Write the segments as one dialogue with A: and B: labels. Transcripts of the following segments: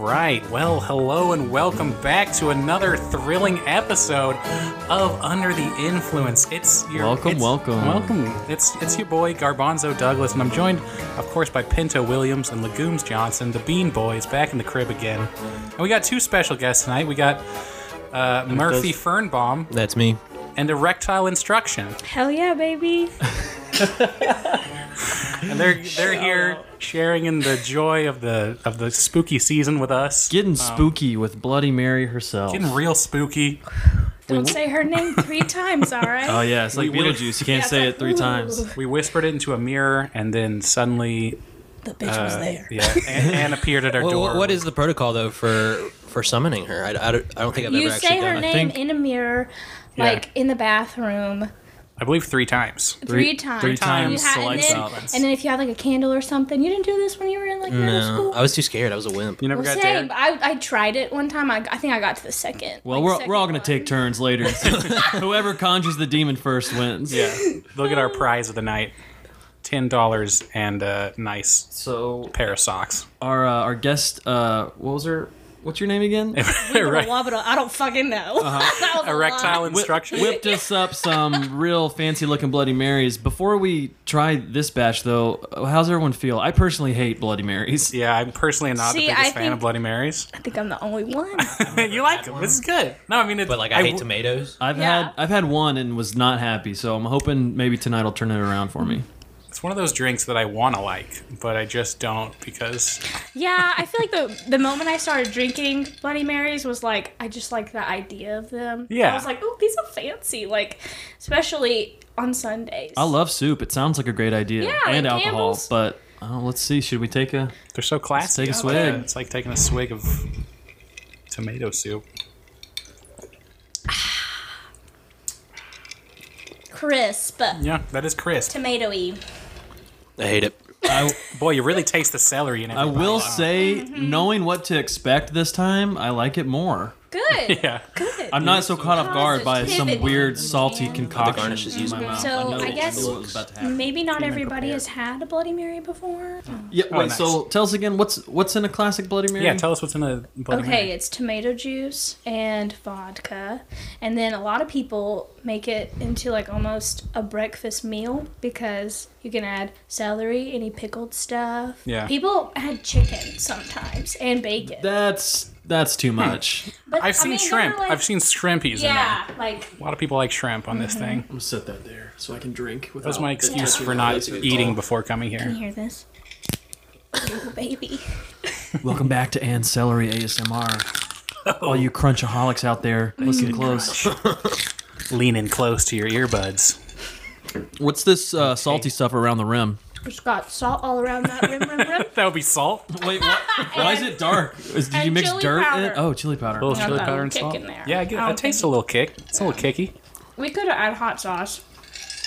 A: right. Well, hello and welcome back to another thrilling episode of Under the Influence. It's your
B: Welcome,
A: it's-
B: welcome.
A: welcome. It's it's your boy Garbanzo Douglas, and I'm joined, of course, by Pinto Williams and Legumes Johnson, the Bean Boys, back in the crib again. And we got two special guests tonight. We got uh, Murphy Fernbaum
B: That's me.
A: and Erectile Instruction,
C: Hell yeah, baby.
A: and they're they're here sharing in the joy of the of the spooky season with us.
B: Getting spooky with Bloody Mary herself.
A: Getting real spooky.
C: Don't say her name three times, all right?
B: oh yeah, it's like
A: We- we-
B: Beetlejuice. You can't
C: Yeah,
B: say
C: it's
B: it three
C: like,
B: times.
C: ooh.
A: We whispered it into a mirror, and then suddenly,
C: The bitch
B: Uh,
C: was there.
A: yeah, Anne, Anne appeared at our
D: Well,
A: door.
D: what- what is the protocol though for for summoning her? I, I don't, I don't think I've
C: You
D: ever actually
C: say her
D: done it.
C: name
B: think-
C: in a mirror,
A: Yeah.
C: like in the bathroom,
A: I believe three times.
C: three,
B: Three-
C: times.
B: three
A: times
C: You had-
B: select
C: and, then,
A: sequence.
C: and then if you had like a candle or something, you didn't do this when you were in like middle
D: No,
C: school.
D: I was too scared. I was a wimp.
A: You never
C: Well,
A: got
C: same.
A: dared.
C: I, I tried it one time. I, I think I got to the second.
B: Well,
C: like,
B: we're,
C: second
B: we're all gonna
C: one.
B: take turns later. Whoever conjures the demon first wins.
A: Yeah, they'll get our prize of the night: ten dollars and a nice
B: So
A: pair of socks.
B: our uh, our guest, uh, what was her? What's your name again?
A: Right.
C: Wabba- I don't fucking know.
B: Uh-huh.
C: That was a
A: Erectile
C: lie.
B: Whi-
A: instruction.
B: whipped us up some real fancy looking Bloody Marys. Before we try this batch, though, how's everyone feel? I personally hate Bloody Marys.
A: Yeah, I'm personally not the
C: See,
A: biggest
C: I
A: fan
C: think-
A: of Bloody Marys.
C: I think I'm the only one.
A: you like them? This is good. No, I mean, it,
D: But like, I, hate
A: w-
D: tomatoes.
B: I've
C: Yeah.
B: had I've had one and was not happy, so I'm hoping maybe tonight will turn it around for me.
A: It's one of those drinks that I want to like, but I just don't because
C: Yeah, I feel like the the moment I started drinking Bloody Marys was like I just like the idea of them.
A: Yeah.
C: I was like, oh, these are fancy, like especially on Sundays.
B: I love soup. It sounds like a great idea.
C: Yeah,
B: and
C: like
B: alcohol,
C: Campbell's.
B: but oh, let's see. Should we take a?
A: they're so classic.
B: take a swig.
A: It's like taking a swig of tomato soup.
C: crisp,
A: Yeah, that is crisp.
C: tomatoey.
D: I hate it.
B: I,
A: Boy, you really taste the celery in it.
B: I will say,
C: Mm-hmm.
B: knowing what to expect this time, I like it more.
C: Good.
A: Yeah.
C: Good.
B: I'm not so caught off guard by some
C: Positivity.
B: weird salty concoction.
D: garnish is
B: in my
D: usable.
B: mouth.
C: So,
B: know-
C: I guess-
B: knew what was about to happen.
C: Maybe not everybody
A: prepared.
C: has had a Bloody Mary before.
B: Yeah.
A: Oh,
B: Wait.
A: nice.
B: So tell us again. What's what's in a classic Bloody Mary?
A: Yeah, tell us what's in a Bloody
C: Okay, it's tomato juice and vodka. And then a lot of people make it into like almost a breakfast meal because you can add celery, any pickled stuff.
A: Yeah.
C: People add chicken sometimes and bacon.
B: That's that's too much.
C: but
A: I've
C: I
A: seen
C: mean, they're,
A: shrimp.
C: like-
A: I've seen shrimpies in
C: Yeah, Mm-hmm. like
A: there. A lot of people like shrimp on this thing.
B: I'm gonna set that there so I can drink.
A: That was my excuse for not eating before coming
C: can you
A: here.
C: hear this? Ooh, baby.
B: Welcome back to Ann Celery ASMR. All you crunchaholics out there, listen close.
A: Lean in close to your earbuds.
B: What's this uh, salty stuff around the rim?
C: It's got salt all around that rim, rim, rim.
A: That would be salt.
B: Wait, what? why is it dark? Is, did you
C: And
B: mix
C: chili
B: dirt in
C: powder.
B: it? Oh, chili powder.
A: A little
C: Yeah,
A: chili
C: that
A: powder and
C: kick
A: salt.
C: in there. Oh,
A: Yeah, I get,
C: I
A: it
C: don't
A: tastes
C: think-
A: a little kick. It's a little kicky,
C: We could have added hot sauce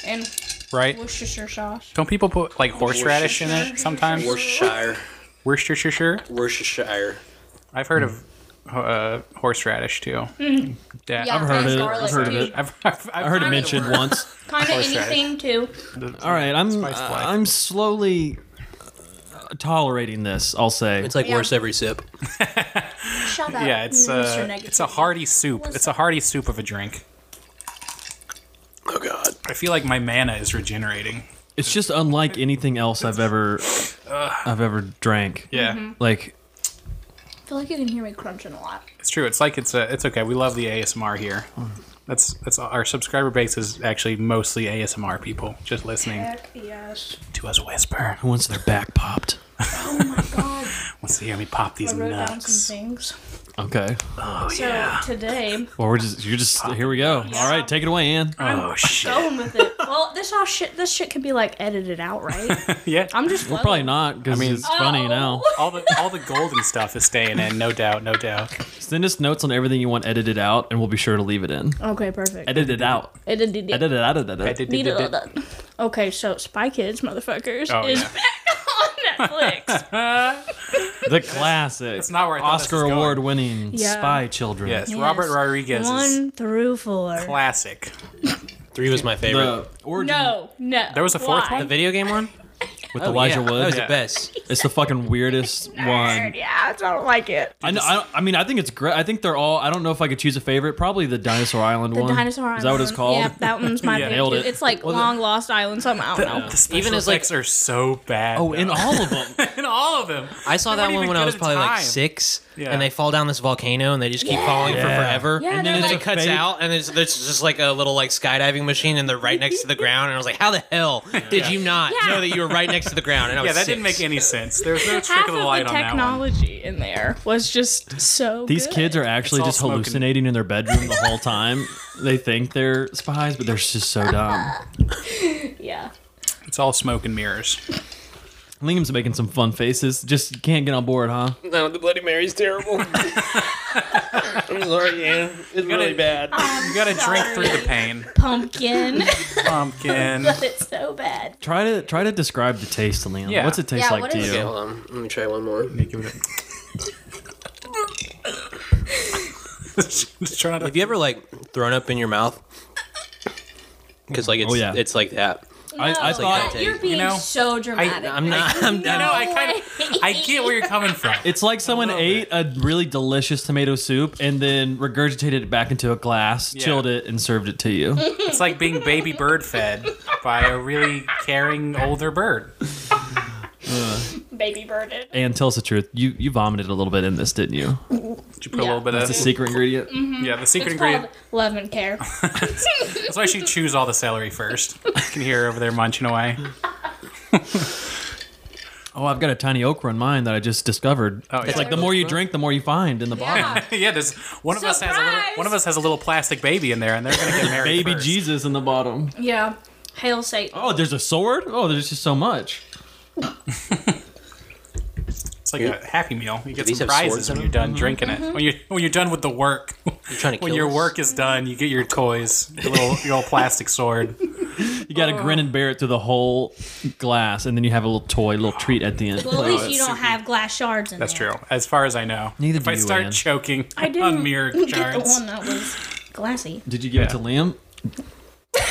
C: and
A: right?
C: Worcestershire sauce.
A: Don't people put like horseradish in it sometimes?
D: Worcestershire,
A: Worcestershire.
D: Worcestershire.
A: I've heard of
B: Hmm.
A: uh, horseradish too. Yeah,
C: Mm-hmm. Yeah,
B: I've heard
C: and
B: it.
C: garlic
B: I've heard of
C: too.
B: it.
A: I've, I've, I've
B: I heard it
C: Kinda
B: mentioned once.
C: Kind of
A: Horseradish.
C: anything too.
B: All right, I'm
A: Spice
B: uh,
A: Black.
B: I'm slowly uh, tolerating this. I'll say.
D: It's like
C: Yeah.
D: worse every sip.
C: Shut up.
A: Yeah, it's
C: Mr.
A: uh,
C: Negative.
A: it's a hearty soup. It's a hearty soup of a drink.
D: Oh God.
A: I feel like my mana is regenerating.
B: It's just unlike anything else I've ever I've ever drank.
A: Yeah,
C: Mm-hmm.
B: Like
C: I feel like you can hear me crunching a lot.
A: it's true. It's like it's a, it's okay. We love the ASMR here. That's that's our subscriber base is actually mostly ASMR people just listening
C: Heck yes.
A: to us whisper.
B: who wants their back popped?
C: Oh my god.
A: Wants to hear me pop these
C: I wrote down
A: nuts.
C: some things.
B: Okay.
C: so today,
B: Well, we're just you're just here we go. All right, take it away, Ann.
A: Oh shit!
C: going with it. Well, this all shit. This shit can be like edited out, right?
A: Yeah,
C: I'm just.
B: We're probably not because
A: mean-
B: it's funny
C: Oh.
B: now.
A: all the all the golden stuff is staying in, no doubt, no doubt.
B: Send us notes on everything you want edited out, and we'll be sure to leave it in.
A: Oh.
C: Okay, perfect.
B: Edit it out.
C: Edited.
B: Edit it out. Edit it
A: I
B: out.
A: did- did-
C: Need
A: did-
C: it.
A: did-
C: Okay, so Spy Kids, motherfuckers,
A: Oh,
C: is
A: yeah.
C: back on Netflix.
B: The classic. It's
A: not where I thought this
B: Oscar
A: was going.
B: award winning
C: Yeah.
B: spy children.
A: Yes, Robert Rodriguez is
C: One through four.
A: classic.
D: Three was my favorite.
B: The origin
C: Oh, No, no.
A: There was a fourth
C: Why?
D: The video game one.
B: with
D: Oh,
B: Elijah
D: yeah.
B: Wood.
D: That was
A: Yeah.
D: the best.
B: It's the fucking weirdest one.
E: Yeah, I don't like it.
B: I, know, I, don't- I mean, I think it's great. I think they're all. I don't know if I could choose a favorite. Probably the Dinosaur Island
E: The
B: one.
E: dinosaur island.
B: Is that what it's called?
C: Yep, that one's my
A: Yeah.
B: Nailed
C: favorite.
B: it.
C: Too. It's like long lost island. Something I don't know.
A: The special
D: Even as, like-
A: effects are so bad.
B: Oh, in
A: though.
B: all of them.
A: in all of them.
D: I saw
A: They
D: that
A: weren't
D: one
A: even
D: when I
A: good
D: was
A: at
D: probably like
A: time.
D: six,
A: Yeah.
D: and they fall down this volcano and they just keep falling for
A: Yeah.
D: forever.
E: Yeah,
D: and
E: they're
D: then
E: like-
D: it cuts
B: fake-
D: out, and there's, there's just like a little like skydiving machine, and they're right next to the ground. And I was like, how the hell did you not
C: Yeah.
D: know that you were right next to the ground? And I was
A: Yeah, that did didn't
D: six.
A: make any sense. There was no trick
C: Half
A: of
C: of
A: the light
C: the
A: on that one.
C: technology in there was just so.
B: These
C: good.
B: kids are actually
A: all
B: just
A: smoke and-
B: hallucinating in their bedroom the whole time. they think they're spies, but they're just so dumb.
E: Yeah.
A: It's all smoke and mirrors.
B: Liam's making some fun faces. Just can't get on board, huh?
D: No, the Bloody Mary's terrible. I'm sorry, Anne. It's really bad.
A: You gotta drink through the pain.
E: Pumpkin.
A: Pumpkin.
E: but it's so bad.
B: Try to try to describe the taste, Liam.
A: Yeah.
B: What's it taste
E: Yeah,
B: like
E: what
B: to
E: is
B: you?
E: it?
D: Okay, hold on. Let me try one more.
A: Just try not to-
D: Have you ever like thrown up in your mouth? Because like it's
B: Oh, yeah.
D: it's like that.
B: I, I
E: No,
B: thought
D: that-
E: you're being
A: know,
E: so dramatic.
D: I'm not.
A: I
D: I'm not.
A: know. I kind of. I get where you're coming from.
B: it's like someone
A: little
B: ate a really delicious tomato soup and then regurgitated it back into a glass,
A: Yeah.
B: chilled it, and served it to you.
A: It's like being baby bird fed by a really caring older bird.
E: Baby birded.
B: and tell us the truth, you you vomited a little bit in this, didn't you?
A: Did you put a little bit of
B: That's a
E: Mm-hmm.
B: secret ingredient.
A: yeah? The secret
E: It's
A: ingredient.
E: called love and care.
A: That's why she chews all the celery first. You can hear her over there munching away.
B: Oh, I've got a tiny okra in mine that I just discovered.
A: Oh,
B: it's
A: yeah.
B: like the more you drink, the more you find in the bottom.
C: Yeah.
A: yeah, there's one of us has a little
C: Surprise!
A: one of us has a little plastic baby in there, and they're gonna get married.
B: Baby
A: first.
B: Jesus in the bottom.
C: yeah.
E: Hail Satan.
B: Oh, there's a sword? Oh, there's just so much.
A: It's like a happy meal. You get
D: these
A: some
D: have
A: prizes
D: swords in
A: when you're done drinking
E: Mm-hmm.
A: it. When you when you're done with the work.
D: trying to
A: When
D: kill
A: your
D: us.
A: work is done, you get your toys, your little your old plastic sword.
B: You gotta
E: Oh.
B: grin and bear it through the whole glass, and then you have a little toy, little treat at the end.
E: Well, at
A: Oh,
E: least
A: that's
E: you don't
A: super-
E: have glass shards in
A: That's
E: there.
A: true. As far as I know.
B: Neither
A: if
B: do
A: I
B: you,
A: start
B: Anne.
A: choking
E: I didn't
A: on mirror
E: Get the
A: jars.
E: one that was glassy.
B: Did you give it to Liam?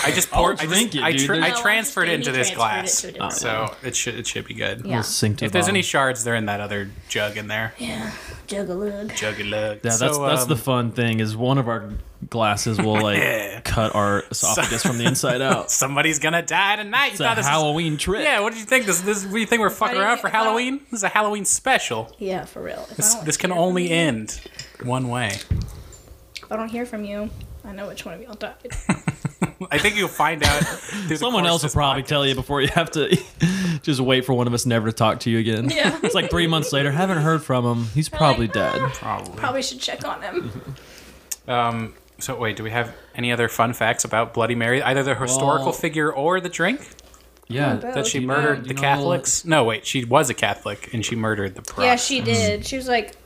A: I just poured. I
B: drink
A: just,
B: it,
A: I,
B: dude.
A: tra-
B: No,
A: I
B: I'm
E: just
A: transferred it
E: saying
A: into
E: you
A: this
E: transferred
A: glass,
E: it to a different
A: so it should it should be good.
E: Yeah.
B: We'll sink to
A: If
B: the
A: there's
B: bottom.
A: any shards, they're in that other jug in there.
E: Yeah. Juggalug.
A: Jug and lug.
B: yeah, that's that's
A: um,
B: the fun thing is one of our glasses will like cut our esophagus from the inside out.
A: Somebody's gonna die tonight. You
B: It's a
A: thought this was-
B: Halloween trick.
A: yeah, what do you think? This this what do you think we're fucking
E: do you
A: around
E: think
A: for
E: about-
A: Halloween? This is a Halloween special.
E: Yeah, for real. If
A: This,
E: I, don't,
A: this can only end one way.
E: if I don't hear from you, I know which one of y'all died.
A: I think you'll find out. through the
B: Someone
A: course
B: else will
A: of this
B: probably
A: podcast.
B: tell you before you have to just wait for one of us never to talk to you again.
E: Yeah.
B: It's like three months later, haven't heard from him. He's probably dead.
A: Probably.
E: Probably should check on him.
A: Um. So wait, do we have any other fun facts about Bloody Mary? Either the historical
B: Well-
A: figure or the drink
B: Yeah.
E: both.
A: that she
E: You
B: know-
A: murdered the
B: you know-
A: Catholics. No, wait, she was a Catholic and she murdered the. Protestants.
E: Yeah, she did. She was like
A: Oh.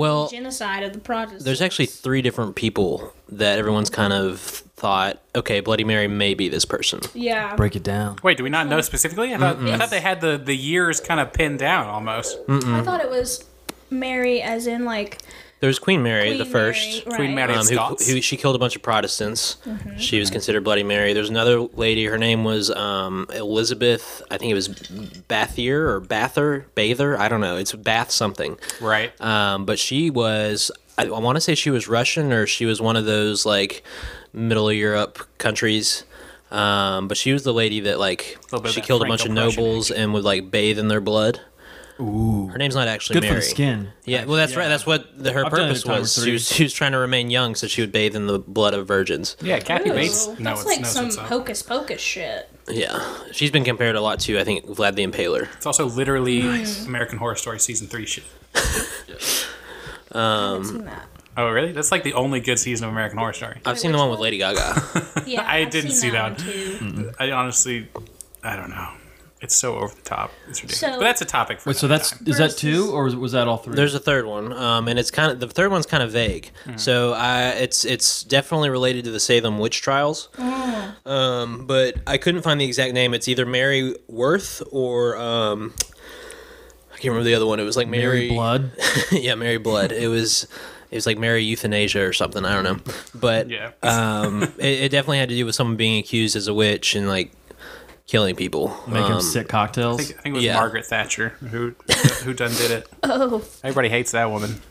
D: Well,
E: genocide of the Protestants.
D: there's actually three different people that everyone's kind of thought. Okay, Bloody Mary may be this person.
E: yeah.
B: Break it down.
A: Wait, do we not know specifically? I thought, I thought they had the, the years kind of pinned down almost.
E: I thought it was Mary, as in like
D: There was Queen Mary the
E: Queen
D: first.
E: Mary,
A: Queen
E: right.
A: Mary of
D: Um, who,
A: Scots.
D: who she killed a bunch of Protestants. She was considered Bloody Mary. There's another lady. Her name was um, Elizabeth. I think it was Bathier or Bather, Bather. I don't know. It's Bath something.
A: right.
D: Um, but she was, I, I want to say she was Russian or she was one of those like middle Europe countries. Um, but she was the lady that like
A: Little bit of
D: she
A: that
D: killed a bunch of
A: Franco-Prussian
D: nobles and would like bathe in their blood. Ooh. Her name's not actually
B: Good
D: Mary.
B: for the skin.
D: Yeah, well, that's right. That's what the, her
B: I've done it
D: purpose
B: a time or
D: was. She
B: three.
D: was. She was trying to remain young, so she would bathe in the blood of virgins.
A: Yeah, Kathy
E: Ooh,
A: Bates.
E: that's
A: No, it's
E: like
A: no,
E: some
A: it's, uh, not.
E: hocus pocus shit.
D: Yeah, she's been compared a lot to I think Vlad the Impaler.
A: It's also literally
E: Mm.
A: American Horror Story season three shit.
E: I
D: Um,
E: haven't seen that.
A: Oh, really? That's like the only good season of American Horror Story.
D: I've seen the one with Lady Gaga.
E: Yeah,
A: I
E: I've
A: didn't
E: seen
A: see that
E: one, too.
A: I honestly, I don't know. It's so over the top. It's ridiculous.
E: So-
A: but that's a topic for.
B: Wait, so
A: another
B: that's
A: time.
B: is that two or was, was that all three?
D: There's a third one, um, and it's kind of the third one's kind of vague. So I, it's it's definitely related to the Salem witch trials,
C: Mm.
D: um, but I couldn't find the exact name. It's either Mary Worth or um, I can't remember the other one. It was like Mary,
B: Mary blood.
D: yeah, Mary Blood. It was it was like Mary Euthanasia or something. I don't know, but
A: Yeah.
D: um, it, it definitely had to do with someone being accused as a witch and like killing people.
B: Make
D: Um,
B: them sick cocktails.
A: I think, I think it was
D: Yeah.
A: Margaret Thatcher who who done did it.
E: Oh,
A: Everybody hates that woman.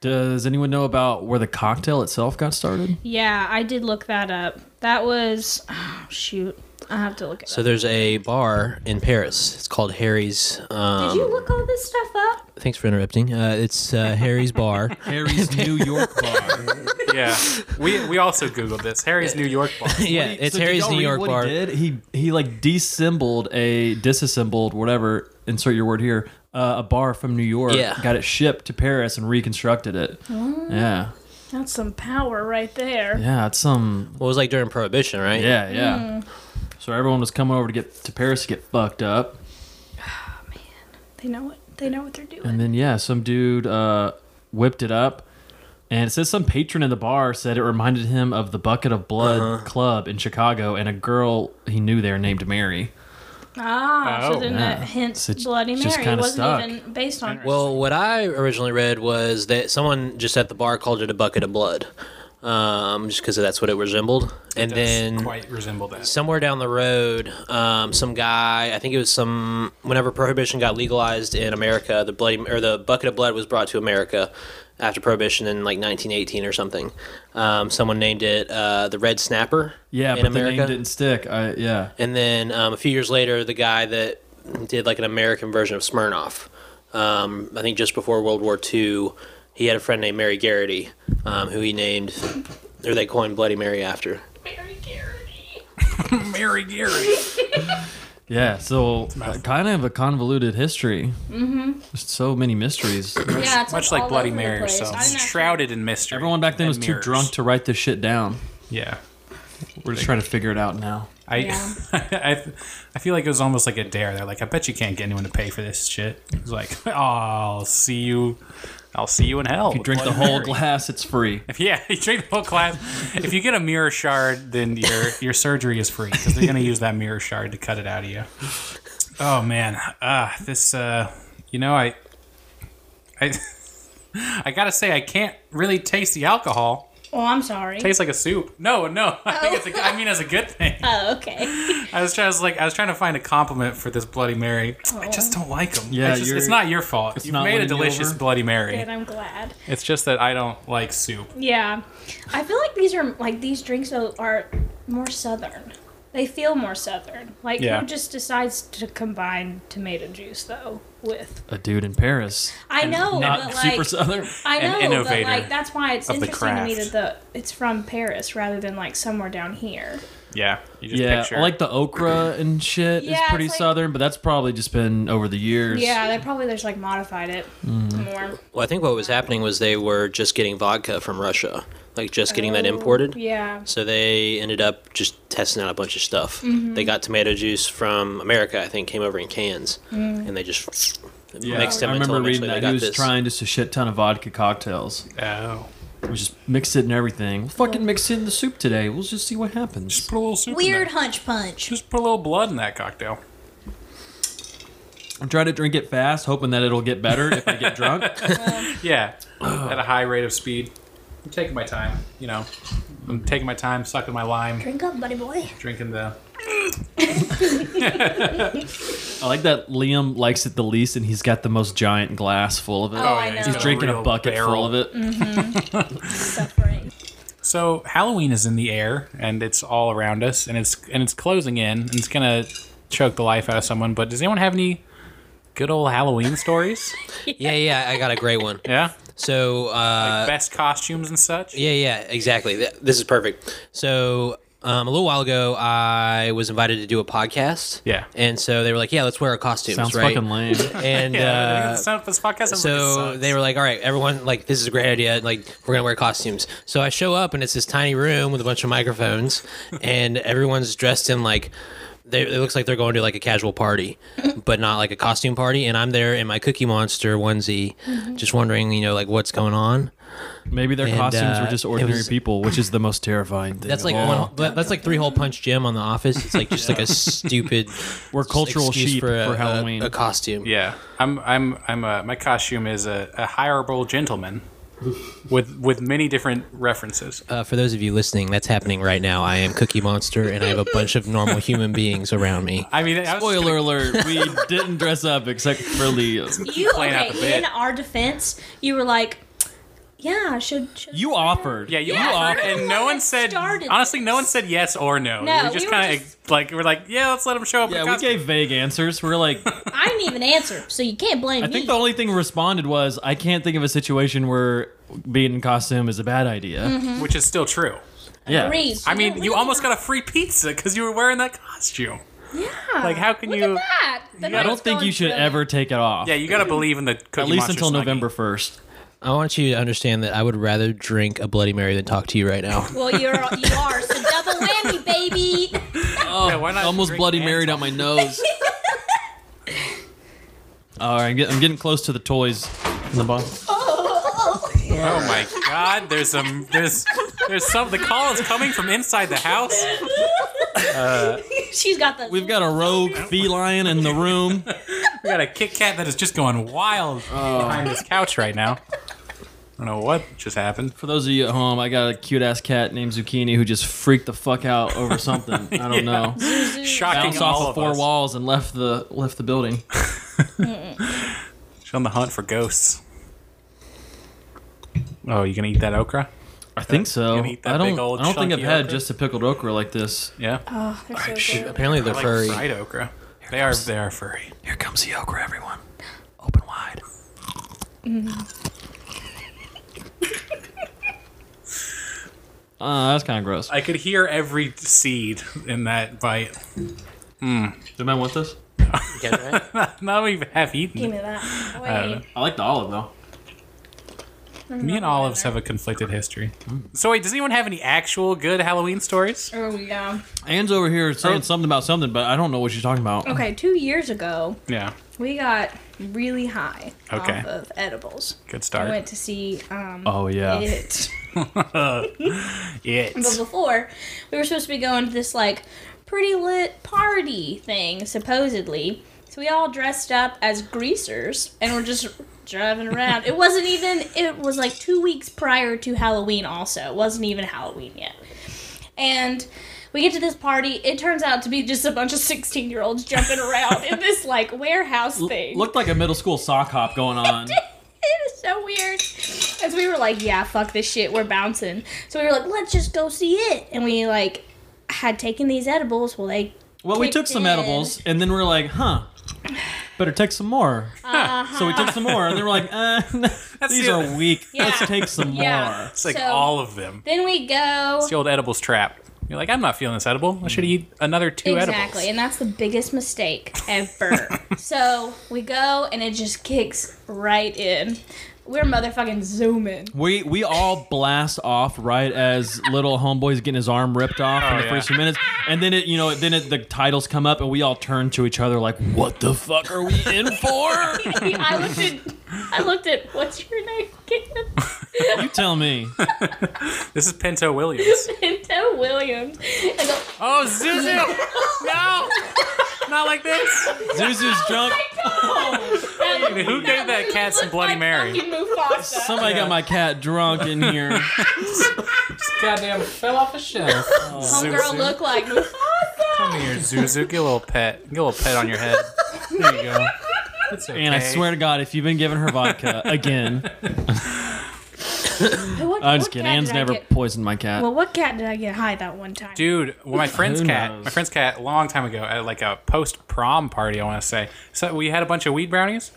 B: Does anyone know about where the cocktail itself got started?
C: Yeah, I did look that up. That was oh, shoot. I have to look it
D: So there's a bar in Paris. It's called Harry's. Um,
C: up. Did you look all this stuff up?
D: Thanks for interrupting. Uh, it's uh, Harry's bar.
B: Harry's New York bar.
A: Yeah, we we also googled this. Harry's New York bar.
D: yeah, it's Harry's New York
B: what
D: bar.
B: He, did? he he like dissembled a disassembled whatever. Insert your word here. Uh, a bar from New York.
D: Yeah.
B: Got it shipped to Paris and reconstructed it. Yeah.
E: that's some power right there.
B: Yeah. It's some.
D: Well, it was like during Prohibition, right?
B: Yeah. Yeah. So everyone was coming over to get to Paris to get fucked up.
E: They know what they know what they're doing.
B: And then yeah, some dude uh, whipped it up, and it says some patron in the bar said it reminded him of the Bucket of Blood
D: Uh-huh.
B: Club in Chicago and a girl he knew there named Mary.
C: Ah,
A: Oh.
C: so then
B: Yeah.
C: that hints
B: So it's
C: Bloody
B: just
C: Mary
B: kinda
C: wasn't
B: stuck.
C: even based on her.
D: Well, what I originally read was that someone just at the bar called it a bucket of blood, um, just because that's what it resembled. And
A: Does
D: then
A: quite resemble that.
D: somewhere down the road, um, some guy, I think it was some, whenever prohibition got legalized in America, the bloody or the bucket of blood was brought to America after prohibition in like 1918 or something. Um, someone named it uh, the Red Snapper.
B: Yeah,
D: in
B: but
D: America.
B: the name didn't stick. I, yeah,
D: And then um, a few years later, the guy that did like an American version of Smirnoff, um, I think just before World War II, he had a friend named Mary Garrity, um, who he named, or they coined Bloody Mary after.
C: Mary Garrity.
A: Mary Gary.
B: yeah. So uh, kind of a convoluted history. Mm-hmm. There's so many mysteries.
C: Yeah, it's
A: Much like
C: all
A: Bloody
C: over the
A: Mary,
C: place.
A: so
C: I didn't actually-
A: shrouded in mystery.
B: Everyone back then
A: and
B: was too
A: mirrors.
B: drunk to write this shit down.
A: Yeah.
B: We're just trying to figure it out now.
A: I, I I feel like it was almost like a dare. They're like, I bet you can't get anyone to pay for this shit. It was like, oh, I'll see you, I'll see you in hell.
B: You drink the whole glass, it's free.
A: If- yeah, you drink the whole glass. if you get a mirror shard, then your your surgery is free because they're gonna use that mirror shard to cut it out of you. Oh man, ah, this uh, you know, I, I, I gotta say, I can't really taste the alcohol.
E: Oh, I'm sorry.
A: tastes like a soup. No, no, I think it's a, I mean, as a good thing.
E: Oh, okay.
A: I was trying. I was like, I was trying to find a compliment for this Bloody Mary. I just don't like them.
B: Yeah,
A: it's, just-
B: you're-
A: it's not your fault. You've
B: not
A: made a
B: winning you
A: delicious
B: over.
A: Bloody Mary.
E: And I'm glad.
A: It's just that I don't like soup.
E: Yeah, I feel like these are like these drinks are, are more southern. They feel more southern. Like
A: Yeah.
E: who just decides to combine tomato juice though with?
B: A dude in Paris.
E: I know,
B: Not
E: Oh, but
B: super
E: like
B: southern.
E: I
A: An
E: know,
A: innovator
E: but like that's why it's
A: of the
E: interesting to me
A: craft.
E: that the it's from Paris rather than like somewhere down here.
A: Yeah, you just
B: Yeah,
A: picture.
B: like the okra and shit
E: Yeah,
B: is
E: it's
B: pretty
E: like-
B: southern, but that's probably just been over the years.
E: Yeah, they probably just like modified it more.
D: Well, I think what was happening was they were just getting vodka from Russia, like just getting that imported.
E: Yeah.
D: So they ended up just testing out a bunch of stuff. They got tomato juice from America, I think, came over in cans, and they just mixed them
B: I
D: until
B: remember reading
D: eventually they
B: that
D: got
B: he was
D: this.
B: trying just a shit ton of vodka cocktails.
A: oh,
B: We just mixed it in everything. We'll fucking mix it in the soup today. We'll just see what happens.
A: just put a little soup. In
C: Weird
A: there.
C: hunch punch.
A: Just put a little blood in that cocktail.
B: I'm trying to drink it fast, hoping that it'll get better if I get drunk.
A: Yeah, at a high rate of speed. I'm taking my time. You know, I'm taking my time, sucking my lime,
E: Drink up, buddy boy.
A: drinking the.
B: I like that Liam likes it the least, and he's got the most giant glass full of it.
E: Oh, I know.
B: He's
E: got a
B: drinking a
A: real
B: bucket
A: barrel.
B: full of it.
D: Mm.
E: Suffering.
A: So Halloween is in the air and it's all around us and it's and it's closing in and it's gonna choke the life out of someone. But does anyone have any good old Halloween stories?
D: yeah, yeah, I got a great one.
A: Yeah,
D: So, uh,
A: best costumes and such.
D: yeah, yeah, exactly. Th- This is perfect. So, um, a little while ago, I was invited to do a podcast.
A: Yeah.
D: And so they were like, yeah, let's wear our costumes,
B: Sounds
D: right?
B: fucking lame.
D: And
A: Yeah,
D: uh,
A: it's not this podcast.
D: so they were like, all right, everyone, like, this is a great idea. Like, we're going to wear costumes. So I show up, and it's this tiny room with a bunch of microphones, and everyone's dressed in like, they, it looks like they're going to like a casual party, but not like a costume party. And I'm there in my Cookie Monster onesie, just wondering, you know, like what's going on.
B: Maybe their
D: And,
B: costumes
D: uh,
B: were just
D: it
B: ordinary
D: was-
B: people, which is the most terrifying thing.
D: That's
B: of
D: like
B: all.
D: one. that- That's like three hole punch Jim on The Office. It's like just like a stupid.
B: We're cultural
D: excuse
B: sheep for,
D: a, a-
B: Halloween.
D: A, costume.
A: yeah, I'm I'm I'm a, my costume is a, a hireable gentleman. with with many different references.
D: Uh, for those of you listening, that's happening right now. I am Cookie Monster, and I have a bunch of normal human beings around me.
A: I mean, I was just
B: Spoiler alert: We didn't dress up except for the.
C: You
A: Playing out
C: okay?
A: the bit.
C: In our defense, you were like, "Yeah, I should." should
B: You offered.
A: Yeah, you
C: Yeah,
A: offered,
C: we're the
A: and no
C: one
A: one
C: that
A: said.
C: started
A: Honestly, no one said yes or no.
C: No,
A: we just
C: we were
A: kind of
C: just-
A: like we're like, yeah, let's let him show up.
B: Yeah,
A: in
B: we
A: costume.
B: gave vague answers. We're like,
C: I didn't even answer, so you can't blame
B: I
C: me.
B: think the only thing responded was, I can't think of a situation where being in costume is a bad idea.
D: Mm-hmm.
A: which is still true.
B: Yeah.
C: Agreed. So
A: I mean,
C: don't
A: you
C: really
A: almost got a free pizza because you were wearing that costume.
C: Yeah.
A: Like, how can
C: Uh, Look
A: you-
C: At that. The
B: I
A: Yeah,
B: don't
C: night's
B: think you
C: going
B: should
C: brilliant.
B: ever take it off.
A: Yeah, you got to believe in the Cookie
B: At least
A: Monster
B: until
A: Snuggie.
B: November 1st.
D: I want you to understand that I would rather drink a Bloody Mary than talk to you right now.
C: Well, you're you are so double whammy, baby.
A: Yeah, why not
B: Oh, Almost
A: drink
B: Bloody
A: and
B: Mary
A: talk?
B: on my nose. All right, I'm get- I'm getting close to the toys in the box.
A: Oh my God! There's some. There's there's some. The call is coming from inside the house.
C: She's got the.
B: We've got a rogue feline in the room.
A: We got a Kit Kat that is just going wild behind this couch right now. I don't know what just happened.
B: For those of you at home, I got a cute ass cat named Zucchini who just freaked the fuck out over something. I don't know.
A: Shocking
B: Bounced
A: all
B: off of
A: of
B: four
A: us.
B: walls and left the left the building.
A: She's on the hunt for ghosts. Oh, you gonna eat that okra?
B: I think so.
A: gonna eat that
B: I don't.
A: big old
B: I don't think I've
A: chunky
B: had
A: okra?
B: just a pickled okra like this.
A: Yeah.
C: Oh, they're so good.
D: Apparently they're
A: I like
D: furry.
A: fried okra. They are they are furry.
B: Here comes the okra, everyone. Open wide. Uh, that's kind of gross.
A: I could hear every seed in that bite.
B: Do men want this?
A: Now we have
C: Give
A: eaten.
C: me
A: it.
C: that.
A: don't
C: Wait.
B: I like the olive though.
A: Me and olives have a conflicted history.
B: Hmm.
A: So wait, does anyone have any actual good Halloween stories?
C: Oh yeah.
B: Anne's over here saying something about something, but I don't know what she's talking about.
F: Okay, two years ago,
A: Yeah.
F: we got really high
A: Okay.
F: off of edibles.
A: Good
F: I
A: start.
F: went to see um,
B: Oh yeah.
F: it.
A: It.
C: But before, we were supposed to be going to this like pretty lit party thing, supposedly. So we all dressed up as greasers and we're just driving around. It wasn't even. It was like two weeks prior to Halloween. Also, it wasn't even Halloween yet. And we get to this party. It turns out to be just a bunch of sixteen-year-olds jumping around in this like warehouse thing.
B: Looked like a middle school sock hop going on.
C: It was so weird. As we were like, yeah, fuck this shit, we're bouncing. So we were like, let's just go see it. And we like had taken these edibles. Well, they
B: Well, we took
C: Kicked
B: some
C: in.
B: edibles, and then we are like, huh. Better take some more. So we took some more, and then we're like, uh, these
A: the-
B: are weak.
C: Yeah.
B: Let's take some
C: Yeah.
B: more.
A: It's like
C: So-
A: all of them.
C: then we go
A: It's the old edibles trap. You're like, I'm not feeling this edible. I should eat another two
C: exactly,
A: edibles.
C: and that's the biggest mistake ever. so we go and it just kicks right in. We're motherfucking zooming.
B: We we all blast off right as little homeboy's getting his arm ripped off in
A: Oh,
B: the
A: yeah.
B: first few minutes, and then it you know then it, the titles come up and we all turn to each other like, what the fuck are we in for?
C: I looked at, I looked at what's your name again?
B: you tell me.
A: This is Pinto Williams.
C: Pinto Williams. And the-
A: Oh, Zuzu! No! Not like this!
B: Zuzu's drunk.
A: Who gave that cat some Bloody Mary?
C: fucking Mufasa.
B: Somebody got my cat drunk in here.
A: Goddamn fell off a shelf.
C: Homegirl
A: Oh. Zuzu.
C: look like
A: Come here, Zuzu. Get a little pet. Get a little pet on your head. There you go. It's okay.
B: And I swear to God, if you've been giving her vodka again,
F: What,
B: I'm
F: what
B: just kidding.
F: cat
B: Anne's
F: did I
B: never
F: get-
B: poisoned my cat.
F: Well, what cat did I get high that one time?
A: Dude, well, my friend's
B: Who
A: cat,
B: knows?
A: my friend's cat, a long time ago at like a post prom party, I want to say. So we had a bunch of weed brownies.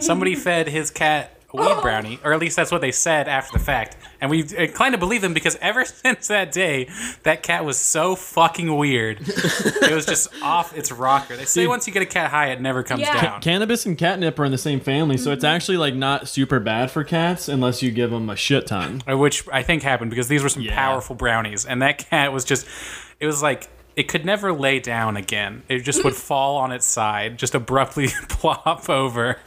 A: Somebody fed his cat a weed brownie, or at least that's what they said after the fact. And we inclined to believe them because ever since that day, that cat was so fucking weird. it was just off its rocker. They say
B: Dude.
A: once you get a cat high, it never comes
C: Yeah.
A: down.
B: Cannabis and catnip are in the same family, so it's
F: Mm-hmm.
B: actually like not super bad for cats unless you give them a shit ton.
A: Uh, which I think happened because these were some
B: Yeah.
A: powerful brownies, and that cat was just, it was like it could never lay down again. It just would fall on its side, just abruptly plop over,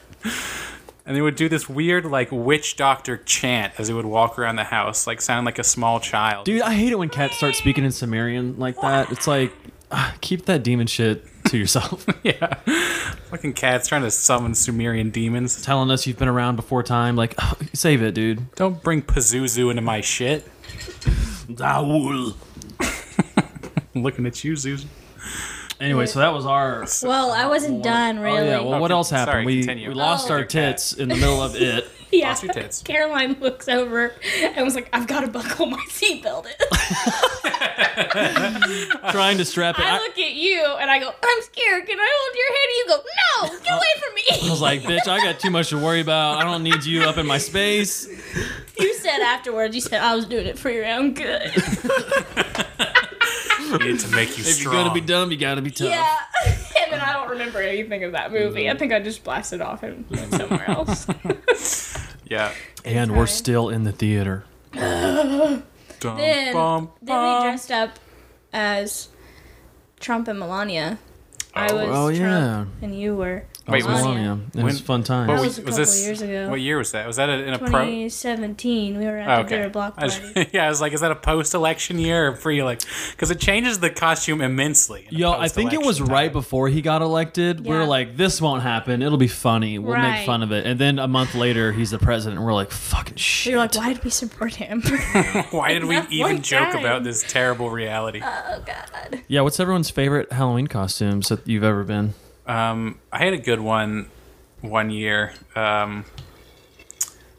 A: and they would do this weird like witch doctor chant as it would walk around the house, like sound like a small child.
B: Dude, I hate it when cats start speaking in Sumerian like that. It's like, ah, keep that demon shit to yourself,
A: yeah. Fucking cats trying to summon Sumerian demons.
B: telling us you've been around before time. Like, oh, save it, dude.
A: Don't bring Pazuzu into my shit.
D: Daul.
A: I'm looking at you, Zuzu.
B: Anyway, so that was our.
C: uh, Well, I wasn't done
B: Oh
C: really.
B: yeah. Well, what
A: Okay,
B: else happened?
A: sorry,
B: we
A: continue.
B: we lost
C: Oh.
B: our tits in the middle of it.
C: Yeah.
A: Lost your tits.
C: Caroline looks over and was like, "I've got to buckle my seatbelt." in."
B: trying to strap it. I,
C: I look at you and I go, "I'm scared. Can I hold your hand?" And you go, "No, get away from me."
B: I was like, bitch, I got too much to worry about. I don't need you up in my space.
C: "You said afterwards. You said I was doing it for your own good."
A: need to make you
B: If you're
A: strong.
B: gonna be dumb, you gotta be tough.
C: Yeah. and then I don't remember anything of that movie. I think I just blasted off and went somewhere else.
A: Yeah.
B: And we're still in the theater.
A: Dum,
C: Then-
A: bum,
C: then we
A: bum.
C: dressed up as Trump and Melania. I was
B: oh,
C: Trump
B: yeah.
C: and you were.
A: Wait,
B: That was
A: was-
B: Melania. It
A: when-
B: was fun
A: What
B: time.
C: was a couple years ago.
A: What year was that? Was that in a pro?
C: 2017. We were at
A: Oh,
C: the Vera
A: okay.
C: Block
A: I was-
C: party.
A: yeah, I was like, is that a post-election year or pre-election? Because it changes the costume immensely. in a
B: Yo, I think it was
A: post-election
B: right
A: time.
B: before he got elected. We
C: Yeah.
B: are like, this won't happen. It'll be funny. We'll
C: Right.
B: make fun of it. And then a month later, he's the president. And we're like, fucking shit.
C: You're like, why did we support him?
A: Why did we
C: That
A: even
C: one
A: joke
C: time.
A: about this terrible reality?
C: oh God.
B: Yeah, what's everyone's favorite Halloween costumes that you've ever been?
A: Um, I had a good one one year um,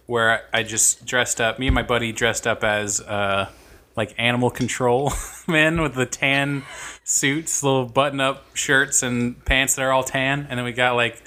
A: where I just dressed up. Me and my buddy dressed up as uh, like animal control men with the tan suits, little button-up shirts and pants that are all tan, and then we got like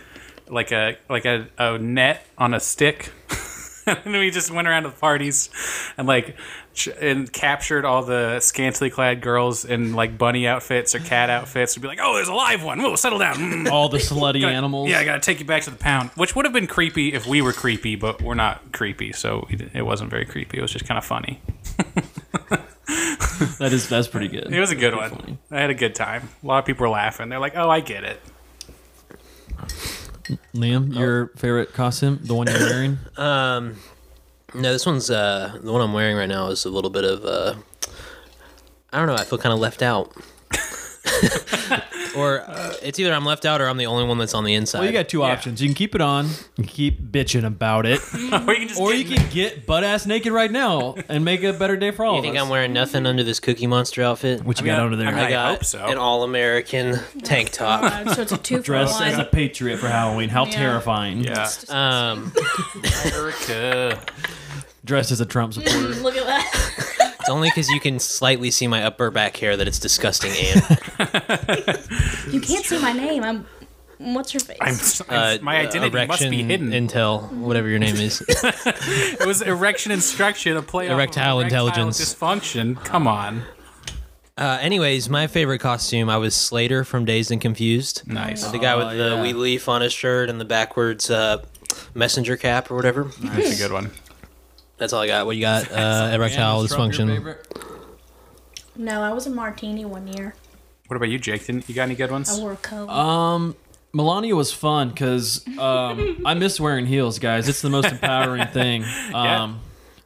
A: like a like a, a net on a stick. and we just went around to the parties and like ch- and captured all the scantily clad girls in like bunny outfits or cat outfits. We'd be like, "Oh, there's a live one. Whoa, settle down." Mm.
B: All the slutty
A: Gotta-
B: animals.
A: Yeah, I gotta take you back to the pound, which would have been creepy if we were creepy, but we're not creepy, so we di- it wasn't very creepy. It was just kind of funny.
B: that is that's pretty good.
A: It was a good
B: Pretty
A: one. I had a good time. A lot of people were laughing. They're like, "Oh, I get it."
B: funny. Liam, your
A: Oh.
B: favorite costume, the one you're wearing?
D: Um, no, this one's uh, the one I'm wearing right now is a little bit of uh, I don't know. I feel kind of left out. or uh, it's either I'm left out or I'm the only one that's on the inside.
B: Well, you got two
A: Yeah.
B: options. You can keep it on, you can keep bitching about it,
A: or you can just
B: or
A: get
B: you can get butt ass naked right now and make a better day for all
D: You
B: of
D: think
B: us.
D: I'm wearing nothing under this Cookie Monster outfit?
B: what you
A: I mean,
B: got
A: I-
B: under there?
A: I mean,
D: I got
A: hope so.
D: an all-American tank top.
C: God, Uh, so it's a two for
B: Dressed
C: one.
B: as a patriot for Halloween. How
C: Yeah.
B: terrifying.
A: yeah.
D: Um,
A: America.
B: Dressed as a Trump supporter.
C: Mm, Look at that.
D: it's only because you can slightly see my upper back hair that it's disgusting. And
C: You can't see my name. I'm. What's her face?
A: I'm, I'm,
D: uh,
A: my identity
D: erection
A: must be hidden.
D: Intel, whatever your name is.
A: it was erection instruction, a play off of
D: Erectile intelligence.
A: dysfunction. Come on.
D: Uh, anyways, my favorite costume, I was Slater from Dazed and Confused.
A: Nice.
D: The guy with the
B: yeah.
D: wee leaf on his shirt and the backwards uh, messenger cap or whatever.
A: That's a good one.
D: That's all I got. What you got? Uh, erectile dysfunction.
C: no, I was a martini one year.
A: What about you, Jake? Didn't you got any good
C: I
A: ones?
C: wore a coat.
B: Um, Melania was fun because um, I miss wearing heels, guys. It's the most empowering thing. Um,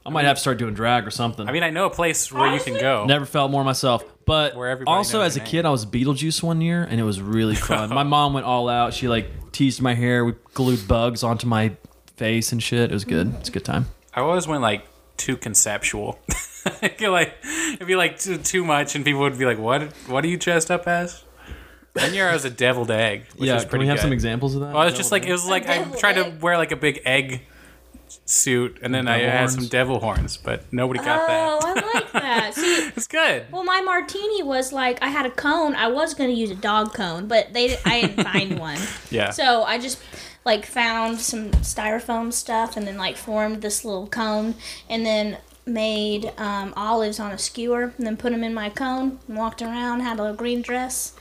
B: I might have to start doing drag or something.
A: I mean, I know a place where you can go.
B: Never felt more myself. But
A: Oh. Where everybody
B: also
A: knows
B: as a
A: your
B: kid, I was Beetlejuice one year, and it was really fun. my mom went all out. She like teased my hair. We glued bugs onto my face and shit. It was good. It's a good time.
A: I always went like too conceptual. I feel like it'd be like too, too much, and people would be like, "What? What are you dressed up as?" One year I was a deviled egg, which
B: yeah,
A: was
B: can
A: pretty
B: we have
A: good.
B: some examples of that?
A: Well, it was just like it was like I
C: deviled
A: tried to
C: egg.
A: wear like a big egg suit, and then I
B: Devil
A: had
B: horns?
A: some devil horns, but nobody got
C: oh,
A: that.
C: I like that. See,
A: It's good.
C: Well, my martini was like I had a cone. I was gonna use a dog cone, but they I didn't find one.
A: Yeah.
C: So I just like found some styrofoam stuff and then like formed this little cone and then made um, olives on a skewer and then put them in my cone and walked around. Had a little green dress.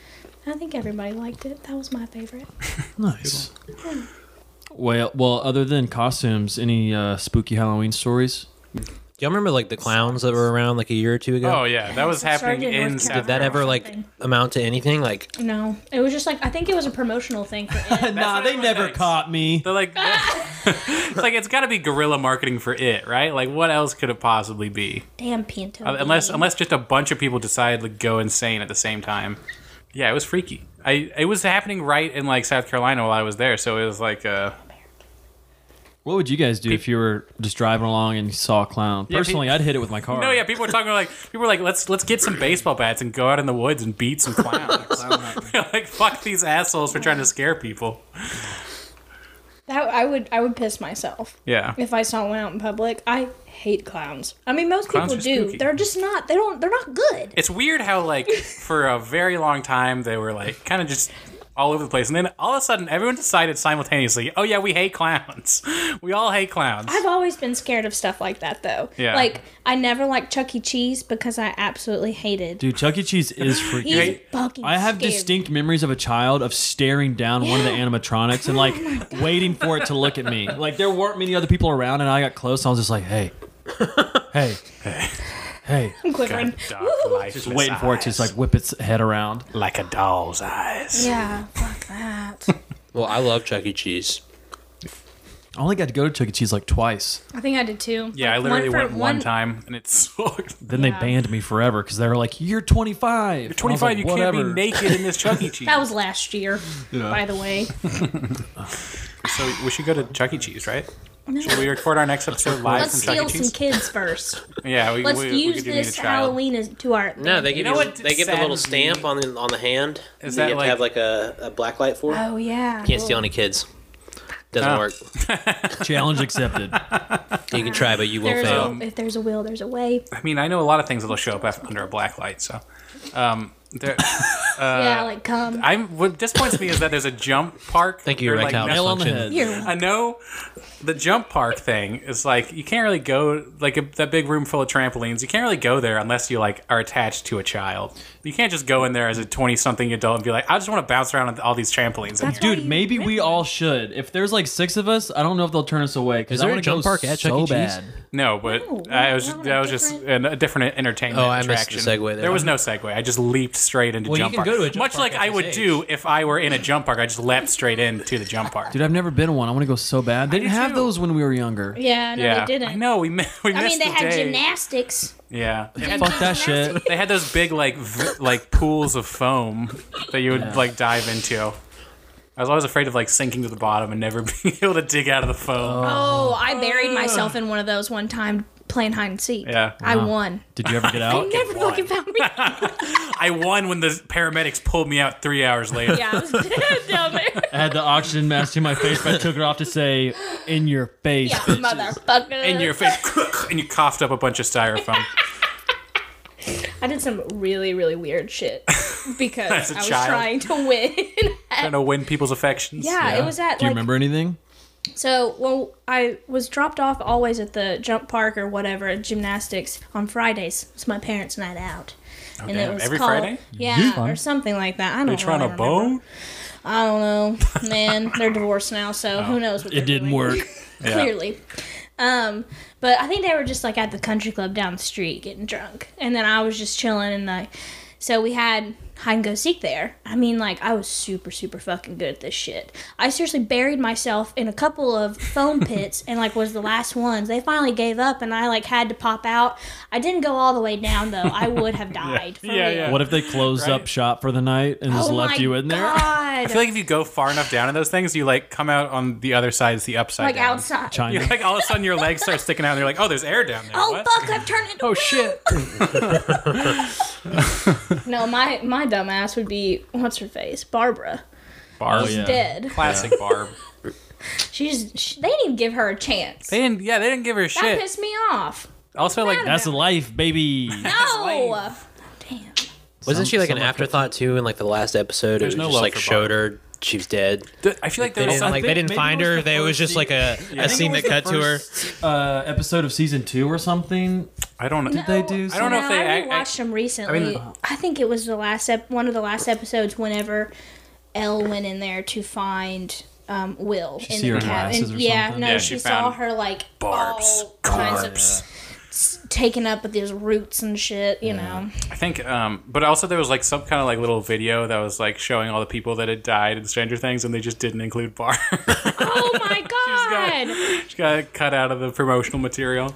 C: I think everybody liked it. That was my favorite.
B: nice. Well, well, other than costumes, any uh, spooky Halloween stories?
D: Do y'all remember like the clowns that were around like a year or two ago?
A: oh yeah, that was
C: Started
A: happening
C: in North
A: in
C: Carolina.
A: South.
D: Did that ever like
C: Something.
D: amount to anything? Like
C: No, it was just like I think it was a promotional thing for it.
B: nah,
A: what
B: they
A: everyone
B: never
A: thinks.
B: caught me.
A: They're like, it's like it's got to be guerrilla marketing for it, right? Like, what else could it possibly be?
C: Damn Pinto.
A: Uh, unless
C: Bean.
A: unless just a bunch of people decide to go insane at the same time Yeah, it was freaky. I it was happening right in like South Carolina while I was there, so it was like uh
B: What would you guys do if you were just driving along and you saw a clown?
A: pe-
B: Personally, I'd hit it with my car.
A: No, yeah, people were talking like people were like let's let's get some baseball bats and go out in the woods and beat some clowns. like fuck these assholes for trying to scare people.
C: That I would I would piss myself
A: Yeah.
C: if I saw one out in public. I hate clowns. I mean, most
A: Clowns
C: people
A: are
C: do.
A: spooky.
C: They're just not. They don't. They're not good.
A: It's weird how like for a very long time they were like kind of just all over the place and then all of a sudden everyone decided simultaneously, "Oh yeah, we hate clowns. We all hate clowns."
C: I've always been scared of stuff like that though.
A: Yeah.
C: Like I never liked Chuck E. Cheese because I absolutely hated.
B: Dude, Chuck E. Cheese is freaking.
C: He's
A: hate-
C: fucking.
B: I have
C: scary.
B: distinct memories of a child of staring down one of the
C: Yeah.
B: animatronics and like
A: Oh
B: waiting for it to look at me. Like there weren't many other people around, and I got close. And I was just like, "Hey, hey, hey!"
C: I'm quivering.
A: Dark,
B: Just waiting for it to just like whip its head around.
A: like a doll's eyes.
C: Yeah. Fuck that.
D: Well, I love Chuck E. Cheese.
B: I only got to go to Chuck E. Cheese like twice.
E: I think I did too.
A: Yeah, I literally went one, time and it sucked.
B: Then they banned me forever because they were like, "You're 25. You're
A: 25, you can't be naked in this Chuck E. Cheese.
E: That was last year, by the way.
A: so we should go to Chuck E. Cheese, right? Should we record our next episode live
E: Let's
A: from Chuck
E: steal
A: E.
E: some
A: Cheese?
E: kids first.
A: yeah, we,
E: Let's
A: we, we
E: use
A: could do Need a
E: this
A: Child.
E: Halloween as, to our
D: No, they give you,
A: know what
D: they give the little
A: saddens me?
D: stamp on the on the hand.
A: Is
D: that
A: that
D: you have
A: like-
D: to have like a, a black light for?
C: Oh yeah.
D: Can't steal any kids. Doesn't
A: Oh.
D: work.
B: Challenge accepted.
D: You can try, but you will
C: There's
D: fail.
C: a, if there's a will, there's a way.
A: I mean, I know a lot of things that'll show up af- under a black light, so. Um, there,
E: yeah, like come.
A: I'm what disappoints me is that there's a jump park.
D: Thank you,
A: They're like,
D: erectile
A: no-
B: Nail on the
D: dysfunction.
B: head.
E: You're
A: I know the jump park thing is like you can't really go like a, that big room full of trampolines. You can't really go there unless you like are attached to a child. You can't just go in there as a twenty-something adult and be like, I just want to bounce around on all these trampolines. in here.
B: Dude, maybe we all should. If there's like six of us, I don't know if they'll turn us away.
G: Is
B: because
G: there
B: I
G: a
B: wanna
G: jump
B: go
G: park at Chuck
B: so
G: E. Cheese?
B: bad.
A: No, but
C: No,
A: I
C: we're-
A: was
C: we're on
A: that
C: a
A: was just
C: different-
A: an, a different entertainment.
D: Oh, I missed the
A: attraction.
D: segue there.
A: There was no segue. I just leaped straight into
G: Well, you
A: jump
G: can
A: park.
G: go to a jump
A: Much
G: park
A: like
G: at
A: I
G: this
A: would
G: age.
A: do if I were in a jump park. I just leapt straight into the jump park.
B: Dude, I've never been to one. I want to go so bad. They
A: do
B: didn't have
A: too.
B: those when we were younger.
C: Yeah. No,
A: yeah,
C: they didn't.
A: I know we mi- we
E: I
A: missed
E: mean, they
A: the
E: had
A: day.
E: gymnastics.
A: Yeah, they had,
B: Fuck that shit.
A: they had those big like v- like pools of foam that you would like dive into. I was always afraid of like sinking to the bottom and never being able to dig out of the foam.
C: Oh, I buried myself in one of those one time playing hide and seek.
A: Yeah.
C: I won.
B: Did you ever get
C: They
B: out?
C: never fucking found me.
A: I won when the paramedics pulled me out three hours later.
C: yeah, I was dead down there.
B: I had the oxygen mask to my face, but I took it off to say, in your face.
C: Yeah, motherfucker.
A: in your face, and you coughed up a bunch of styrofoam.
C: I did some really, really weird shit because
A: a
C: I was
A: child.
C: trying to win.
A: trying to win people's affections.
C: yeah, it was at
B: Do you
C: like
B: remember anything?
C: so. Well, I was dropped off always at the jump park or whatever at gymnastics on Fridays. It's my parents' night out, and
A: Oh, damn. Every Friday?
C: yeah,
B: Fun.
C: or something like that. Oh, I don't.
A: Are you trying
C: really
A: to
C: remember.
A: bone?
C: I don't know, man. They're divorced now,
A: Oh.
C: so who knows? What they're doing. clearly. Um, but I think they were just like at the country club down the street getting drunk, and then I was just chilling and like, so we had hide and go seek there. I mean, like I was super super fucking good at this shit. I seriously buried myself in a couple of foam pits and like was the last ones. They finally gave up, and I like had to pop out. I didn't go all the way down though. I would have died. for
A: Yeah,
C: real.
A: yeah.
B: What if they closed up shop for the night and just
C: Oh
B: left
C: my
B: you in there?
A: I
C: God.
A: feel like if you go far enough down in those things, you like come out on the other side is the upside
C: like
A: down.
C: outside.
A: You're
B: China.
A: like all of a sudden your legs start sticking out and you're like, oh, there's air down there.
C: Oh
A: What?
C: fuck! I've turned into.
B: Oh, shit.
C: No, my my dumbass would be what's her face, Barbara.
A: Barb.
B: Oh, yeah.
C: Dead.
A: Classic Barb.
C: She's. She, they didn't even give her a chance.
A: They didn't, yeah, they didn't give her
C: that
A: shit.
C: pissed me off.
A: Also, like,
C: Mad
B: That's life, baby.
C: No. Damn.
D: Wasn't she like an
B: Some- some-
D: afterthought too in like the last episode?
A: There's
D: it was
A: no
D: just
A: love
D: like
A: for
D: showed her she was dead.
A: th- I feel like
D: They
A: there was
D: didn't
A: some,
D: like they
B: think
D: didn't
B: maybe
D: find
B: it was
D: her.
B: the
D: There was
B: first
D: just like a, a scene that cut to her.
B: Uh, episode of season two or something.
A: I don't know.
B: They do.
A: I don't know if they.
C: I
A: I, I,
C: watched them recently. I, think it was the last ep- one of the last episodes. Whenever Elle went in there to find um, Will in
B: see her
C: the cab-
B: glasses
C: and-
B: or
C: yeah,
B: something?
C: no,
A: Yeah,
C: she,
A: she
C: saw
A: found
C: her like
A: Barb's
C: all kinds of s- taken up with these roots and shit. You know.
A: I think, um, but also there was like some kind of like little video that was like showing all the people that had died in Stranger Things, and they just didn't include Barb.
C: Oh my god.
A: she got cut out of the promotional material.